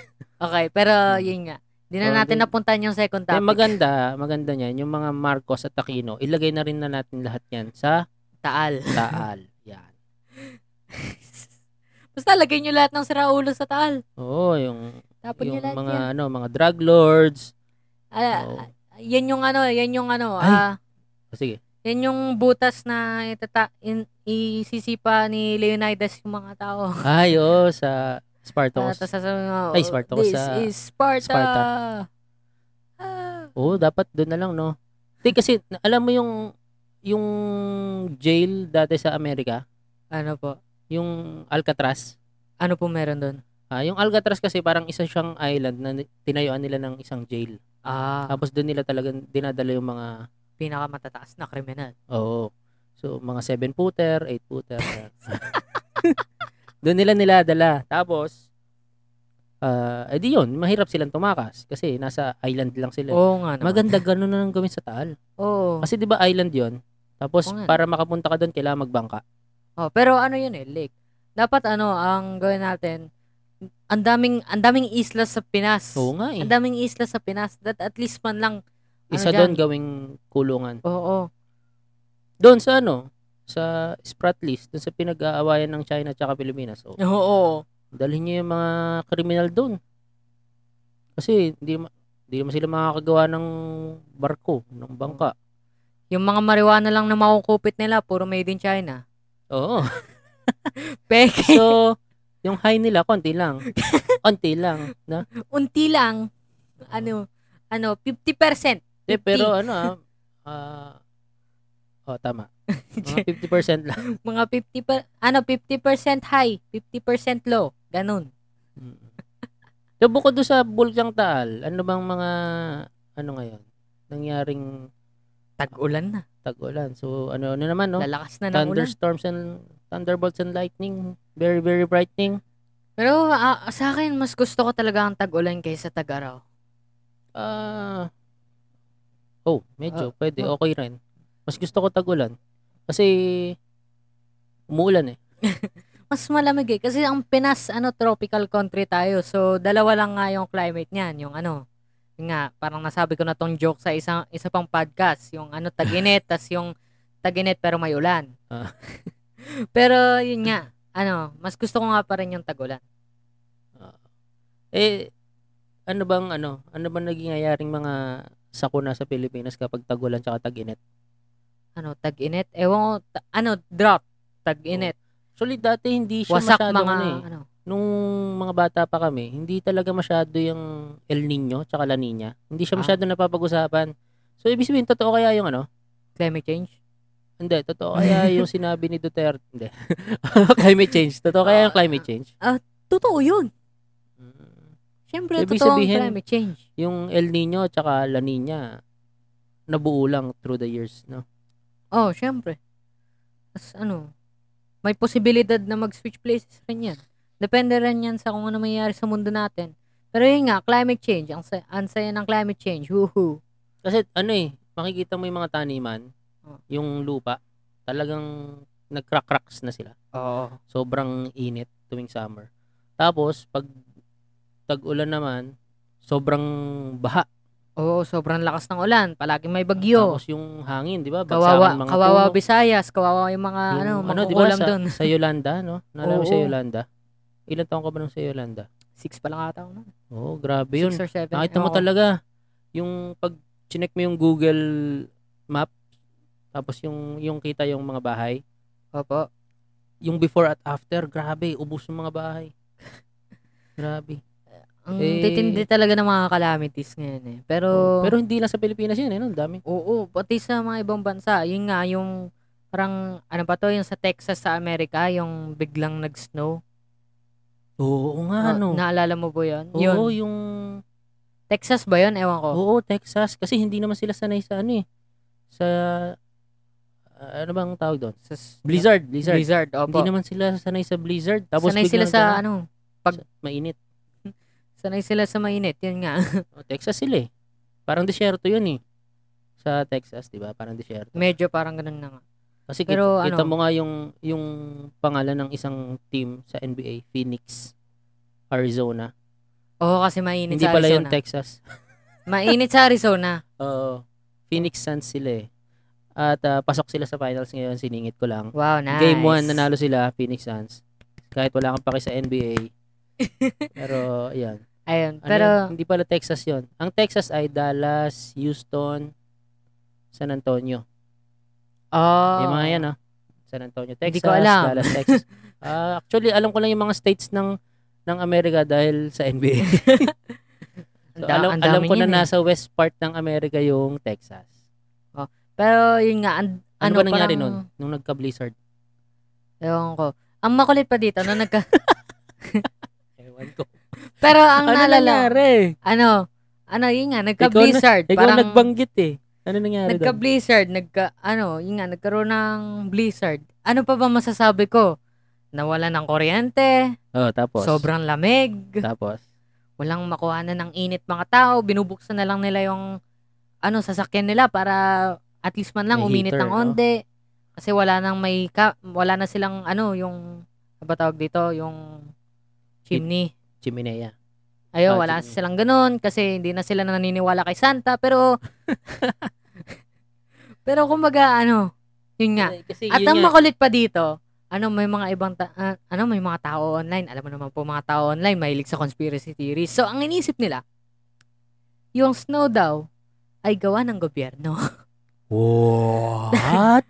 B: Okay,
A: Hmm.
B: pero yun nga. Di na
A: Oh,
B: natin
A: di-
B: napuntahan yung second
A: Eh,
B: topic.
A: maganda, maganda niyan yung mga Marcos at Aquino. Ilagay na rin na natin lahat 'yan sa
B: Taal.
A: Taal. Yan.
B: Basta lagay nyo lahat ng saraulo sa taal.
A: Oo, yung
B: Tapon nyo
A: yung
B: lahat
A: mga
B: yan.
A: ano, mga drug lords.
B: Ah,
A: Oo.
B: yan yung ano, yan yung ano,
A: Ay.
B: ah,
A: Oh, sige.
B: yan yung butas na itata, in, isisipa ni Leonidas yung mga tao.
A: Ay, oo, sa Spartacus.
B: Tapos sasabihin mo,
A: Ay, Sparta ko
B: this
A: sa-
B: is Sparta.
A: Sparta.
B: Ah.
A: Oo, dapat doon na lang, no? Di kasi, na- alam mo yung, yung jail dati sa Amerika,
B: Ano po?
A: yung Alcatraz.
B: Ano po meron doon?
A: Ah, yung Alcatraz kasi parang isa siyang island na ni- tinayuan nila ng isang jail.
B: Ah,
A: Tapos doon nila talaga dinadala yung mga,
B: pinakamatataas na kriminal.
A: oo, so mga seven-footer, eight-footer. ah. doon nila niladala. Tapos, ah, eh edi yun, mahirap silang tumakas kasi nasa island lang sila.
B: Oo nga naman.
A: Maganda ganun na lang gawin sa Taal.
B: Oo.
A: Kasi 'di ba island 'yon? Tapos
B: Oo nga.
A: para makapunta ka doon kailangan magbangka.
B: Oh, pero ano yun eh, lake. Dapat ano, ang gawin natin, ang daming, ang daming isla sa Pinas.
A: Oo nga eh.
B: Ang daming isla sa Pinas. That at least man lang. ano
A: Isa doon
B: dyan?
A: gawing kulungan.
B: Oo.
A: Doon sa ano, sa Spratlys, doon sa pinag-aawayan ng China at Pilipinas. So,
B: Oo.
A: dalhin niyo yung mga kriminal doon. Kasi hindi ma- hindi naman sila makakagawa ng barko, ng bangka.
B: Yung mga marijuana lang na makukupit nila, puro made in China.
A: Oo.
B: Peke.
A: So, yung high nila, konti lang. Konti lang. Na?
B: Unti lang. Ano, ano, 50%.
A: Eh, pero ano ah, ah, oh, tama. Mga 50% lang.
B: Mga 50 per, ano, 50% high, 50% low. Ganun.
A: Mm. So, bukod doon sa Bulkang Taal, ano bang mga, ano ngayon, nangyaring
B: Tag-ulan na.
A: tag-ulan? So, ano, ano naman, no?
B: Lalakas na ng ulan.
A: Thunderstorms and thunderbolts and lightning. Very, very brightening.
B: Pero ah, sa akin, mas gusto ko talaga ang tag-ulan kaysa tag-araw.
A: Ah, oh, medyo, pwede,
B: oh.
A: okay rin. Mas gusto ko tag-ulan. Kasi, umuulan eh.
B: Mas malamig eh. Kasi ang Pinas, ano, tropical country tayo. So, dalawa lang nga yung climate niyan. Yung ano, yun nga, parang nasabi ko na tong joke sa isang, isa pang podcast. Yung ano, taginit, tas yung taginit pero may ulan.
A: Ah.
B: pero, yun nga, ano, mas gusto ko nga pa rin yung tag-ulan.
A: Eh, ano bang, ano, ano bang naging ayaring mga sakuna sa Pilipinas kapag tag-ulan tsaka tag-init?
B: Ano, tag-init? Ewan ko, ta- ano, drought. Tag-init.
A: Actually, dati hindi siya
B: Wasak
A: masyadong
B: mga,
A: ano eh.
B: ano.
A: nung mga bata pa kami, hindi talaga masyado yung El Nino tsaka La Nina. Hindi siya
B: Ah.
A: masyado napapag-usapan. So, ibig sabihin, totoo kaya yung ano?
B: Climate change?
A: Hindi, totoo kaya yung sinabi ni Duterte. Hindi. climate change. Totoo kaya
B: Ah.
A: yung climate change.
B: Totoo yun.
A: Mm.
B: Siyempre,
A: Ibig
B: totoo ang
A: sabihin-
B: climate change.
A: Yung El Nino tsaka La Nina, nabuo lang through the years, no?
B: Oh, siyempre. As ano, may posibilidad na mag-switch places rin yan. Depende rin yan sa kung ano mangyayari sa mundo natin. Pero yun nga, climate change. Ang, sa- ang saya ng climate change. Woohoo.
A: Kasi ano eh, makikita mo yung mga taniman,
B: Oh.
A: yung lupa, talagang nagcrack-cracks na sila.
B: Oo.
A: Sobrang init tuwing summer. Tapos, pag tag-ulan naman, sobrang baha.
B: Oo, sobrang lakas ng ulan. Palagi may bagyo.
A: Tapos yung hangin, di ba?
B: Kawawa,
A: Bagsakan mga
B: kawawa
A: puno.
B: Visayas, kawawa yung mga
A: Yung
B: ano,
A: ano, di ba,
B: makukulam doon.
A: Sa Yolanda, no? Nalami sa
B: Oo.
A: Yolanda. Ilan taong ka ba nung sa Yolanda?
B: Six pa lang ata ako nun.
A: Oo, grabe yun.
B: Six or seven.
A: Nakita mo
B: Oo.
A: talaga yung pag chinek mo yung Google map tapos yung yung kita yung mga bahay,
B: Opo.
A: yung before at after, grabe, ubos yung mga bahay. grabe.
B: Ang
A: Eh, Oh,
B: titindi talaga ng mga calamities ngayon eh. Pero,
A: Pero hindi lang sa Pilipinas yun, eh, no? Ang dami.
B: Oo, pati sa mga ibang bansa. Yun nga, yung parang, ano ba to, yung sa Texas sa Amerika, yung biglang nag-snow.
A: Oo nga,
B: Ah,
A: no.
B: Naalala mo ba yun? Yun.
A: ano? Oo, yung
B: Texas ba yun? Ewan ko.
A: Oo, Texas kasi hindi naman sila sanay sa ano eh. Sa ah, ano bang tawag doon?
B: Sa s-
A: Blizzard, blizzard.
B: Blizzard, opo.
A: Hindi naman sila sanay sa blizzard. Tapos
B: sanay sila
A: biglang
B: sa,
A: ganun,
B: ano,
A: sa- mainit.
B: sanay sila sa mainit. Yun nga.
A: Oh, Texas sila eh. Parang desierto yun eh. Sa Texas, di ba? Parang desierto.
B: Medyo parang ganun na nga.
A: Kasi kit-
B: Pero
A: kita
B: ano?
A: mo nga yung, yung pangalan ng isang team sa NBA, Phoenix, Arizona.
B: Oo, kasi mainit
A: Hindi
B: sa
A: pala yun
B: Arizona.
A: Texas.
B: mainit sa Arizona.
A: Oo. Phoenix Suns sila eh. At ah, pasok sila sa finals ngayon, siningit ko lang.
B: Wow, nice.
A: Game 1, nanalo sila, Phoenix Suns. Kahit wala kang paki sa NBA. Pero, ayan.
B: Ayun,
A: Ano
B: pero,
A: yun? hindi pala Texas yon. Ang Texas ay Dallas, Houston, San Antonio.
B: oh.
A: Yung mga yan, ah. San Antonio, Texas,
B: Hindi ko alam.
A: Dallas, Texas. Ah, actually, alam ko lang yung mga states ng ng Amerika dahil sa NBA. So,
B: Ang da-
A: alam,
B: ang
A: alam
B: dami
A: ko na
B: niyan eh.
A: nasa west part ng Amerika yung Texas.
B: Pero yun nga, an-
A: Ano, ba nangyari
B: parang-
A: nun? Nung nagka-blizzard?
B: Ewan ko. Ang makulit pa dito, no, nagka...
A: Ewan ko.
B: Pero ang
A: ano
B: nalala,
A: nangyari?
B: ano, ano, yun nga,
A: Ikaw na-
B: nagka-blizzard.
A: Ikaw
B: parang
A: nagbanggit eh. Ano nangyari doon?
B: Nagka-blizzard, nagka, ano, yun nga, nagkaroon ng blizzard. Ano pa ba masasabi ko? Nawala ng kuryente,
A: Oh, tapos.
B: sobrang lamig,
A: Tapos.
B: walang makuhanan ng init mga tao, binubuksan na lang nila yung, ano, sasakyan nila para at least man lang
A: May
B: uminit
A: heater,
B: ng
A: no?
B: onde. Kasi wala nang may, ka, wala na silang, ano, yung, ano ba tawag dito, yung chimney.
A: Chiminea.
B: Ayo,
A: Ah,
B: wala
A: sige.
B: silang ganun kasi hindi na sila naniniwala kay Santa pero pero kumbaga ano, yun nga.
A: Kasi
B: At
A: Eh, yun
B: ang
A: nga.
B: makulit pa dito, ano may mga ibang ta- ah, ano may mga tao online, alam mo naman po mga tao online mahilig sa conspiracy theories. So ang inisip nila, yung snow daw ay gawa ng gobyerno.
A: What?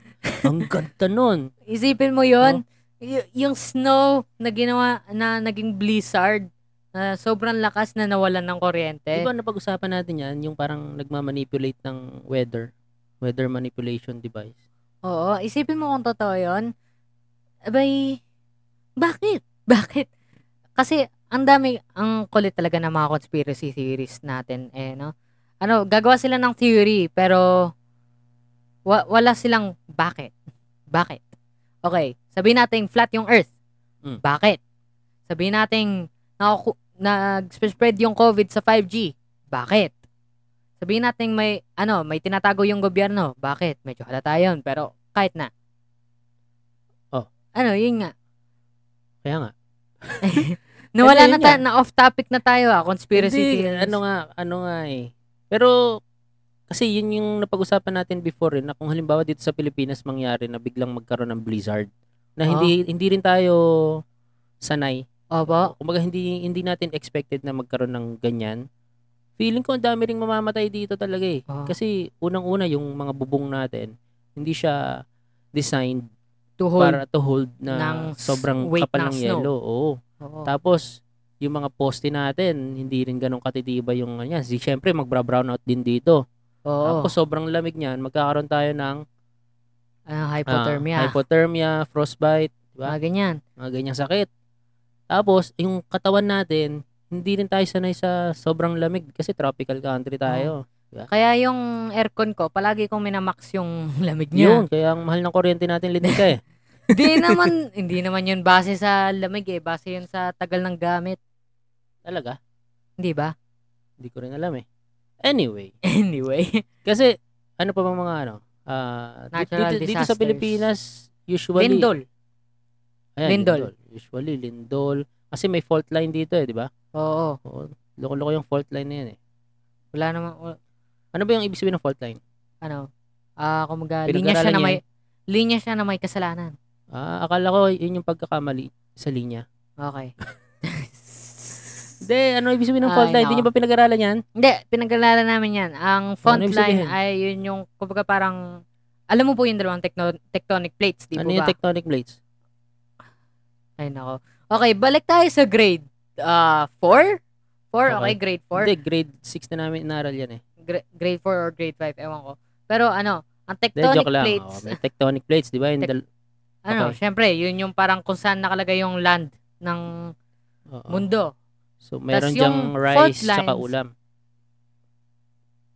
A: Ang ganda nun.
B: Isipin mo 'yon, Y- yung snow na ginawa na naging blizzard na sobrang lakas na nawalan ng kuryente.
A: Di ba napag-usapan natin yan, yung parang nagmamanipulate ng weather, weather manipulation device.
B: Oo, isipin mo kung totoo yun. Abay, bakit? Bakit? Kasi, ang dami, ang kulit talaga ng mga conspiracy theories natin, eh, no? Ano, gagawa sila ng theory, pero wa- wala silang bakit. Bakit? Okay, sabihin natin flat yung earth.
A: Mm.
B: Bakit? Sabihin natin naku- nag-spread yung COVID sa 5G. Bakit? Sabihin natin may ano, may tinatago yung gobyerno. Bakit? Medyo halata 'yon, pero kahit na.
A: Oh.
B: Ano, yun nga.
A: Kaya nga.
B: Nawala
A: Hindi,
B: na
A: yun
B: tayo, na off topic na tayo ah, conspiracy
A: Hindi,
B: theories.
A: ano nga, ano nga eh. Pero, kasi yun yung napag-usapan natin before rin, na kung halimbawa dito sa Pilipinas mangyari na biglang magkaroon ng blizzard, na
B: Ah.
A: hindi hindi rin tayo sanay.
B: Opo.
A: Diba? Kumbaga hindi hindi natin expected na magkaroon ng ganyan. Feeling ko ang dami ring mamamatay dito talaga eh.
B: Oh,
A: Kasi unang-una yung mga bubong natin, hindi siya designed
B: to hold.
A: para to hold na
B: ng s-
A: sobrang
B: weight
A: kapal ng
B: ng snow. Oh.
A: yelo. Oo.
B: Oo.
A: Tapos yung mga poste natin, hindi rin ganun katitibay yung ano yan. Si syempre magbra-brown out din dito.
B: Oo.
A: Tapos sobrang lamig niyan, magkakaroon tayo ng
B: ano,
A: ah, diba?
B: hypothermia.
A: hypothermia, frostbite,
B: Mga ganyan.
A: mga ganyang sakit. Tapos, yung katawan natin, hindi rin tayo sanay sa sobrang lamig kasi tropical country tayo.
B: Oh, Kaya yung aircon ko, palagi kong minamax yung lamig
A: Yun,
B: niya.
A: kaya ang mahal ng kuryente natin, lintik ka eh.
B: Hindi naman, hindi naman yun base sa lamig eh. Base yun sa tagal ng gamit.
A: Talaga,
B: Hindi ba?
A: hindi ko rin alam eh. Anyway,
B: Anyway.
A: Kasi, ano pa bang mga ano? ah, di-
B: Natural
A: dito, dito sa
B: disasters.
A: Pilipinas, usually...
B: Lindol.
A: Ayan,
B: Lindol.
A: Usually, lindol. Kasi may fault line dito eh, di ba?
B: Oo.
A: Oo. Loko-loko yung fault line na yan eh.
B: Wala naman, wa-
A: Ano ba yung ibig sabihin ng fault line?
B: ano, ah, kumaga,
A: Pinag-aralan
B: linya siya na
A: niya
B: may, linya siya na may kasalanan.
A: Ah, akala ko yun yung pagkakamali sa linya.
B: Okay.
A: Hindi, ano ibig sabihin ng fault
B: Ay,
A: line? Hindi
B: nako.
A: nyo ba pinag-aralan yan?
B: Hindi, pinag-alalan namin yan. Ang front
A: Ano ibig
B: line
A: sabihin?
B: ay yun yung, kumbaga parang, alam mo po yung dalawang tecno- tectonic plates, di
A: ano
B: po
A: yung
B: ba?
A: tectonic plates?
B: Ay, nako. Okay, balik tayo sa grade 4? 4? Okay.
A: Okay.
B: grade 4?
A: Hindi, grade 6 na namin inaral yan eh.
B: grade 4 or grade 5, ewan ko. Pero ano, ang
A: Hindi,
B: tectonic
A: joke lang.
B: plates,
A: Oo, may tectonic plates, di ba? Yung
B: Tec-
A: dal-
B: ano,
A: okay.
B: syempre, yun yung parang kung saan nakalagay yung land ng
A: oo.
B: mundo.
A: So, meron
B: yung
A: dyang
B: fault
A: rice saka
B: lines-
A: ulam.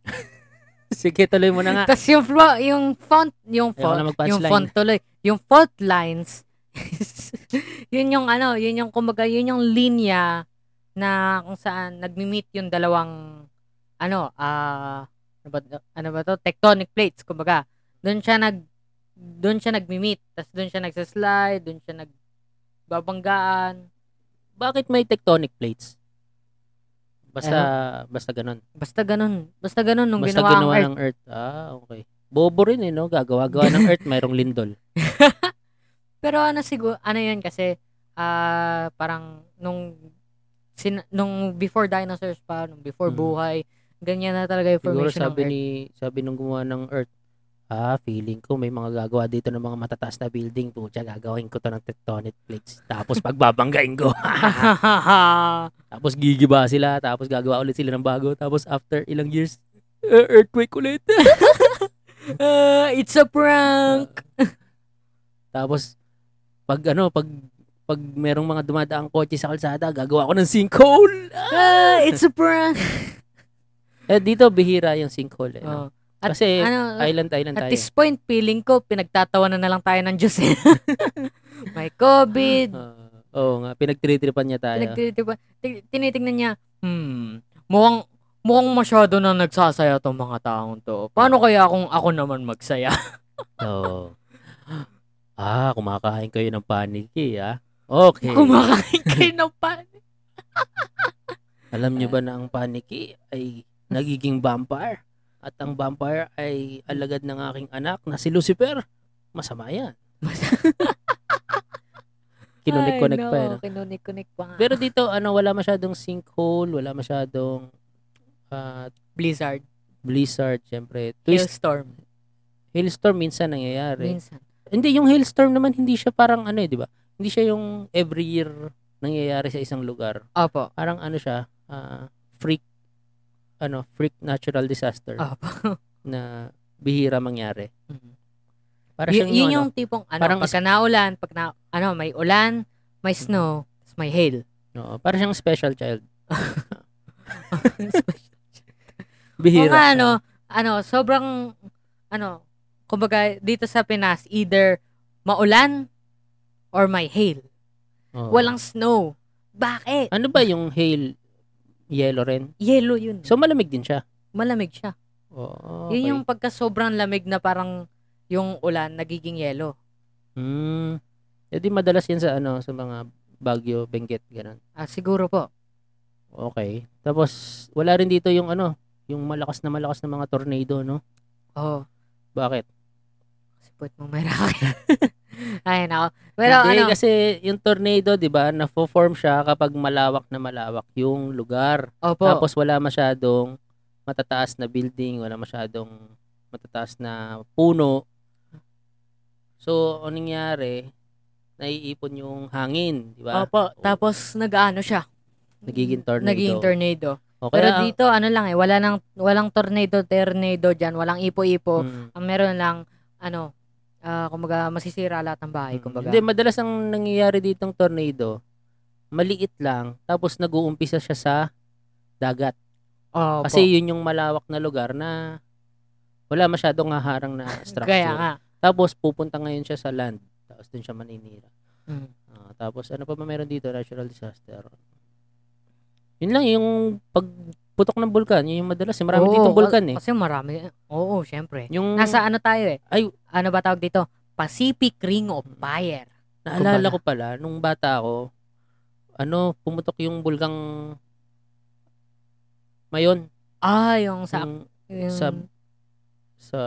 A: Sige, tuloy mo na nga.
B: Tapos yung, flo- yung font, yung
A: Ayaw
B: font,
A: na
B: yung
A: mag-punchline.
B: font tuloy, yung fault lines, yun yung ano, yun yung kumbaga, yun yung linya na kung saan nagmi-meet yung dalawang, ano, ah, ano, ba, ano ba to? Tectonic plates, kumbaga. Doon siya nag, doon siya nagmi-meet, tapos doon siya nagsaslide, doon siya nagbabanggaan,
A: Bakit may tectonic plates? Basta, basta ganun.
B: basta ganun, basta ganun nung
A: basta
B: ginawa ang
A: ginawa
B: Earth.
A: ng Earth. Ah, okay. Bobo rin eh, no? Gagawa-gawa ng Earth, mayroong lindol.
B: Pero ano siguro, ano yun kasi, ah, parang nung, sin, nung before dinosaurs pa, nung before
A: Mm.
B: buhay, ganyan na talaga yung
A: Siguro
B: formation ng
A: sabi
B: Earth.
A: ni, sabi nung gumawa ng Earth, ah, feeling ko may mga gagawa dito ng mga matataas na building. Pucha, gagawin ko to ng tectonic plates. Tapos pagbabanggain ko. tapos gigiba sila. Tapos gagawa ulit sila ng bago. Tapos after ilang years, eh, earthquake ulit.
B: Ah, it's a prank!
A: Tapos, pag ano, pag pag merong mga dumadaang kotse sa kalsada, gagawa ko ng sinkhole.
B: Ah, it's a prank!
A: Eh, dito, bihira yung sinkhole. Eh, no?
B: Oh. At,
A: Kasi,
B: ano,
A: Island, island
B: at
A: tayo.
B: this point, feeling ko, pinagtatawa na na lang tayo ng Diyos. eh. May COVID,
A: Ah, oo nga, pinagtritripan niya tayo.
B: pinagtitiba, ti- tinitingnan niya, hmm, mukhang, mukhang masyado na nagsasaya tong mga taong
A: Hmm.
B: to. Paano kaya kung ako naman magsaya?
A: Oo. ah, kumakain kayo ng paniki, ah. Okay.
B: Kumakain kayo ng pan.
A: Alam niyo ba na ang paniki ay nagiging vampire? At ang vampire ay alagad ng aking anak na si Lucifer. Masama yan. Kinunik-kunik pa yan.
B: Kinunik-connect pa nga.
A: Pero dito, ano, wala masyadong sinkhole, wala masyadong ah,
B: Blizzard,
A: blizzard, syempre. Twist,
B: hailstorm,
A: hailstorm minsan nangyayari.
B: minsan.
A: Hindi, yung hailstorm naman, hindi siya parang ano eh, di ba? Hindi siya yung every year nangyayari sa isang lugar.
B: Opo.
A: Parang ano siya, ah, freak, ano, freak natural disaster
B: Opo.
A: na bihira mangyari.
B: Mhm.
A: Para
B: Y-
A: siyang
B: yun
A: yung,
B: yung tipong, ano,
A: parang Mm.
B: pagka naulan, pag na, ano, may ulan, may snow, tas may hail.
A: ano, oo, para siyang special child.
B: o
A: Bihira.
B: nga, ano, ano, sobrang, ano, kumbaga, dito sa Pinas, either maulan or may hail.
A: Oo.
B: Walang snow. Bakit?
A: Ano ba yung hail yellow rin?
B: Yellow yun.
A: So malamig din siya.
B: Malamig siya.
A: Oo.
B: Yun yung pagka sobrang lamig na parang yung ulan nagiging yelo.
A: Hmm. Eh, di madalas yan sa ano, sa mga Baguio, Benguet, ganun.
B: Ah, siguro po.
A: Okay. Tapos, wala rin dito yung ano, yung malakas na malakas na mga tornado, no?
B: Oo.
A: Bakit?
B: Kasi puwet mo may racket. Ay, nako. Pero
A: Hindi,
B: ano,
A: kasi yung tornado, di ba, na-form siya kapag malawak na malawak yung lugar.
B: opo.
A: Tapos, wala masyadong matataas na building, wala masyadong matataas na puno. So, anong nangyari? Naiipon yung hangin, di ba?
B: opo. Tapos nag-ano siya.
A: Nagiging tornado.
B: Nagiging tornado.
A: O
B: Pero
A: kaya, ang-
B: dito, ano lang eh, wala nang, walang tornado, tornado dyan, walang ipo-ipo.
A: Mm.
B: Ang meron lang, ano, ah, kumbaga, masisira lahat ng bahay,
A: Mm.
B: kumbaga.
A: Hindi, madalas ang nangyayari ditong tornado, maliit lang, tapos nag-uumpisa siya sa dagat.
B: Opo.
A: Kasi yun yung malawak na lugar na wala masyadong haharang na structure.
B: Kaya nga.
A: Tapos pupunta ngayon siya sa land. Tapos dun siya maninira.
B: Mm.
A: Ah, tapos ano pa ba meron dito? Natural disaster. Yun lang, yung pagputok ng bulkan. Yun yung madalas. eh. Marami
B: Oo,
A: ditong
B: ka-
A: bulkan eh.
B: Kasi marami. Oo, syempre.
A: Yung
B: Nasa ano tayo eh.
A: Ay.
B: Ano ba tawag dito? Pacific Ring of Fire.
A: Naalala
B: Kumbaga.
A: ko pala, nung bata ako, ano, pumutok yung bulgang Mayon.
B: Ah, yung sa...
A: yung, Hmm.
B: Yung,
A: sa, sa,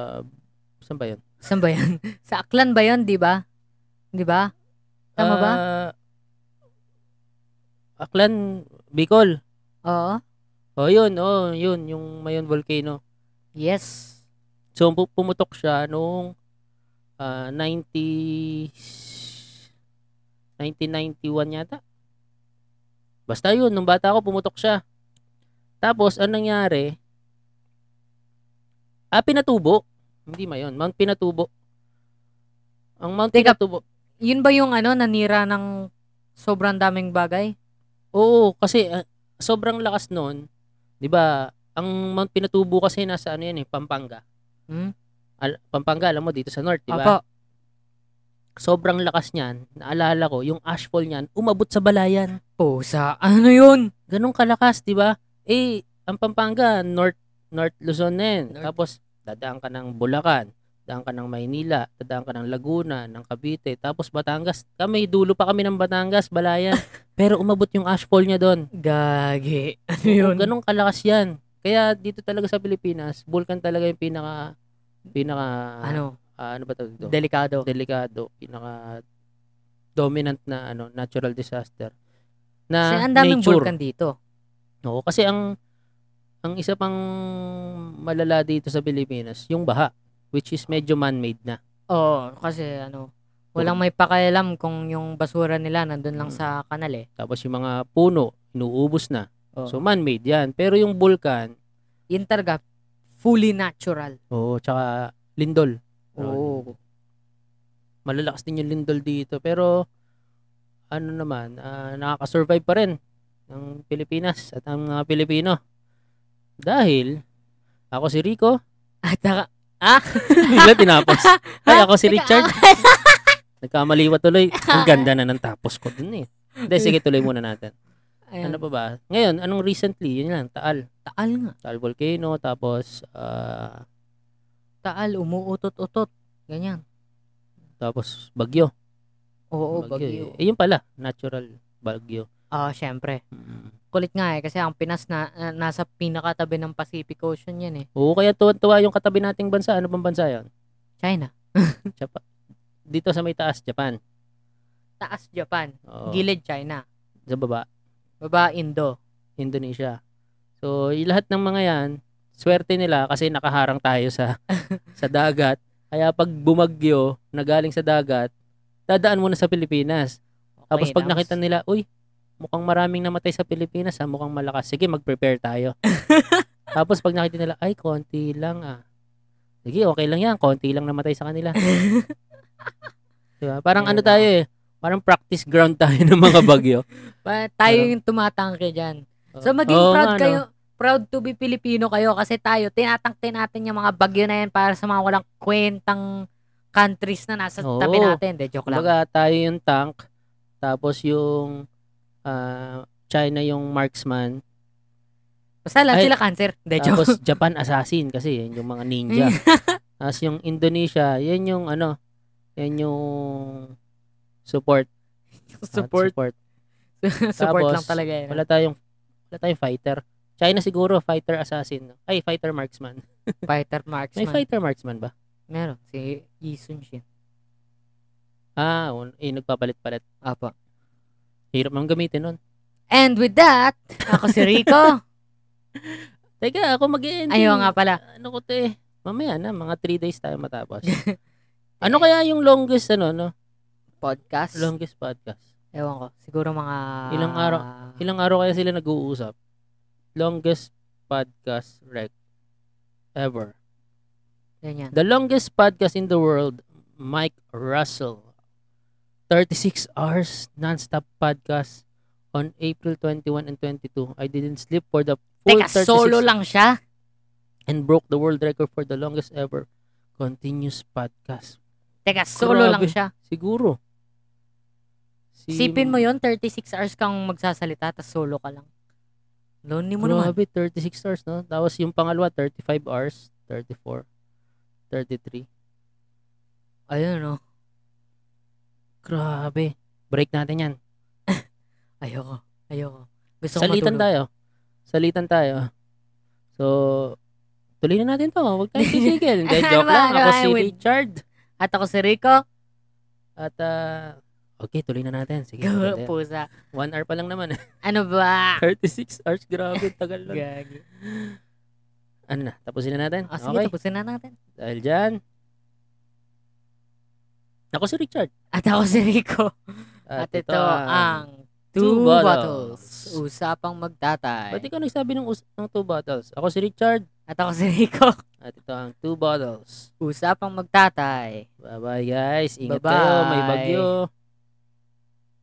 A: saan ba yun?
B: saan ba yun? sa Aklan ba yun, di ba? Di ba? Tama ba?
A: Ah, Aklan, Bicol.
B: Oo.
A: O, oh, yun, oh, yun, yung Mayon Volcano.
B: Yes.
A: So, pu- pumutok siya noong ah, 90, 1991 yata. Basta yun, nung bata ako, pumutok siya. Tapos, anong nangyari? Ah, pinatubo. Hindi Mayon, Mount Pinatubo. Ang Mount
B: Teka.
A: Pinatubo.
B: Yun ba yung ano, nanira ng sobrang daming bagay?
A: Oo, kasi ah, sobrang lakas noon. 'Di ba? Ang Mount Pinatubo kasi nasa ano 'yan eh, Pampanga.
B: Hmm?
A: Al- Pampanga, alam mo dito sa north, 'di ba?
B: Apo.
A: sobrang lakas niyan, naalala ko, yung ashfall niyan, umabot sa balayan.
B: Pusa. Ano yun?
A: Ganong kalakas, di ba? Eh, ang Pampanga, North, North Luzon na yan.
B: North.
A: Tapos, dadaan ka ng Bulacan, dadaan ka ng Maynila, dadaan ka ng Laguna, ng Cavite, tapos Batangas. Kami, dulo pa kami ng Batangas, balayan. Pero umabot yung ashfall niya doon.
B: Gagi. Ano
A: Oo,
B: yun?
A: Ganong kalakas yan. Kaya dito talaga sa Pilipinas, Vulcan talaga yung pinaka, pinaka,
B: ano?
A: ah, ano ba tawag dito?
B: Delikado.
A: delikado, pinaka dominant na ano natural disaster
B: Kasi
A: na
B: ang
A: Ah,
B: daming
A: nature.
B: vulkan dito.
A: Oo, kasi ang ang isa pang malala dito sa Pilipinas, yung baha, which is medyo man-made na.
B: Oo, kasi ano, walang may pakialam kung yung basura nila nandun
A: Mm.
B: lang sa kanal eh.
A: Tapos yung mga puno, inuubos na.
B: Oo.
A: So man-made 'yan. Pero yung bulkan,
B: Yun talaga, fully natural.
A: oo, tsaka lindol.
B: Oo.
A: Malalakas din yung lindol dito, pero ano naman, ah, nakaka-survive pa rin ng Pilipinas at ang mga Pilipino. Dahil ako si Rico,
B: At naka,
A: Bigla tinapos. Ay, ako si
B: Teka,
A: Richard.
B: ah,
A: Nagkamali pa tuloy. Ang ganda na ng tapos ko dun eh. Hindi, sige, tuloy muna natin.
B: ayun,
A: Ano pa ba? Ngayon, anong recently? Yun lang, Taal.
B: taal nga.
A: Taal Volcano, tapos, ah,
B: Taal, umuutot-utot. Ganyan.
A: tapos Bagyo.
B: Oo, Oh, bagyo.
A: Eh, yun pala, natural Bagyo.
B: Ah, syempre.
A: Mm.
B: Kulit nga eh, kasi ang Pinas na, na- nasa pinakatabi ng Pacific Ocean yan eh.
A: Oo, kaya tuwa-tuwa yung katabi nating bansa. Ano bang bansa yun?
B: China.
A: Japan. Dito sa may taas, Japan.
B: Taas Japan.
A: Oo.
B: Gilid China.
A: Sa baba,
B: Baba Indo.
A: Indonesia. So, yung lahat ng mga yan, swerte nila kasi nakaharang tayo sa sa dagat. Kaya pag bumagyo na galing sa dagat, dadaan muna sa Pilipinas. Tapos
B: Okay,
A: pag nakita nila, uy, mukhang maraming namatay sa Pilipinas ha, mukhang malakas. Sige, mag-prepare tayo. Tapos pag nakita nila, ay, konti lang ah. Sige, okay lang yan. Konti lang namatay sa kanila. Diba? Parang
B: Ayun
A: ano
B: na.
A: tayo eh, parang practice ground tayo ng mga bagyo.
B: Pa- tayo
A: Pero-
B: yung tumatangke dyan. So maging
A: Oo ano,
B: proud
A: nga, no?
B: kayo, proud to be Filipino kayo kasi tayo, tinatangke natin yung mga bagyo na yan para sa mga walang kwentang countries na nasa
A: Oo.
B: tabi natin. De, joke lang.
A: Kumbaga, tayo yung tank, tapos yung ah, China yung marksman,
B: Basta lang
A: Ay.
B: sila cancer. De, joke.
A: tapos Eh, Japan assassin kasi yun yung mga ninja. tapos yung Indonesia, yun yung ano, yun yung support. ah,
B: support. support
A: Tapos,
B: lang talaga yun.
A: Wala tayong wala tayong fighter. China siguro fighter assassin. Ay, fighter marksman.
B: Fighter
A: May
B: marksman.
A: fighter marksman ba?
B: Meron. Si Isun Shin.
A: Ah, un, eh, nagpapalit-palit.
B: Apo.
A: Hirap nang gamitin nun.
B: And with that, ako si Rico.
A: Teka, ako mag-ending.
B: Ayaw nga pala.
A: ano ko to eh, mamaya na, mga 3 days tayo matapos. ano kaya yung longest, ano, no?
B: Podcast.
A: Longest podcast.
B: Ewan ko. Siguro mga... Mm.
A: Ilang araw? Ilang araw kaya sila nag-uusap? longest podcast rec ever.
B: Ganyan.
A: The longest podcast in the world, Mike Russell. 36 hours nonstop podcast on April 21 and 22. I didn't sleep for the full
B: Teka,
A: 36
B: solo lang siya.
A: and broke the world record for the longest ever continuous podcast.
B: Teka, solo lang
A: Grabe.
B: siya.
A: Siguro. Si
B: Sipin mo yun, 36 hours kang magsasalita, tapos solo ka lang. Lonely mo naman.
A: Grabe, 36 hours, no? Tapos yung pangalawa, 35 hours, 34, 33.
B: Ayun, ano, no.
A: Grabe. Break natin yan.
B: Ayoko. Ayoko. Gusto ko
A: Salitan
B: matulog.
A: tayo. Salitan tayo. So, tuloy na natin to. Huwag tayong sisigil. Hindi,
B: Ano
A: joke
B: ba?
A: lang.
B: Ano
A: Ako
B: ba?
A: si
B: Wait.
A: Richard.
B: At ako si Rico.
A: At, ah, okay, tuloy na natin. Sige.
B: Gawa,
A: maganda yan.
B: pusa.
A: One hour pa lang naman.
B: Ano ba?
A: 36 hours. Grabe, tagal lang.
B: Gagi.
A: ano na, tapusin na natin?
B: Ah, sige,
A: okay.
B: tapusin na natin.
A: Dahil dyan. Ako si Richard.
B: At ako si Rico. At, ito, ang
A: Two
B: Two Bottles.
A: Bottles.
B: Usapang magtatay.
A: Ba't ikaw nagsabi ng, us- ng two bottles? Ako si Richard.
B: At ako si Rico.
A: At ito ang two bottles.
B: Usapang magtatay.
A: Bye-bye guys. Ingat
B: Bye-bye.
A: kayo. May bagyo.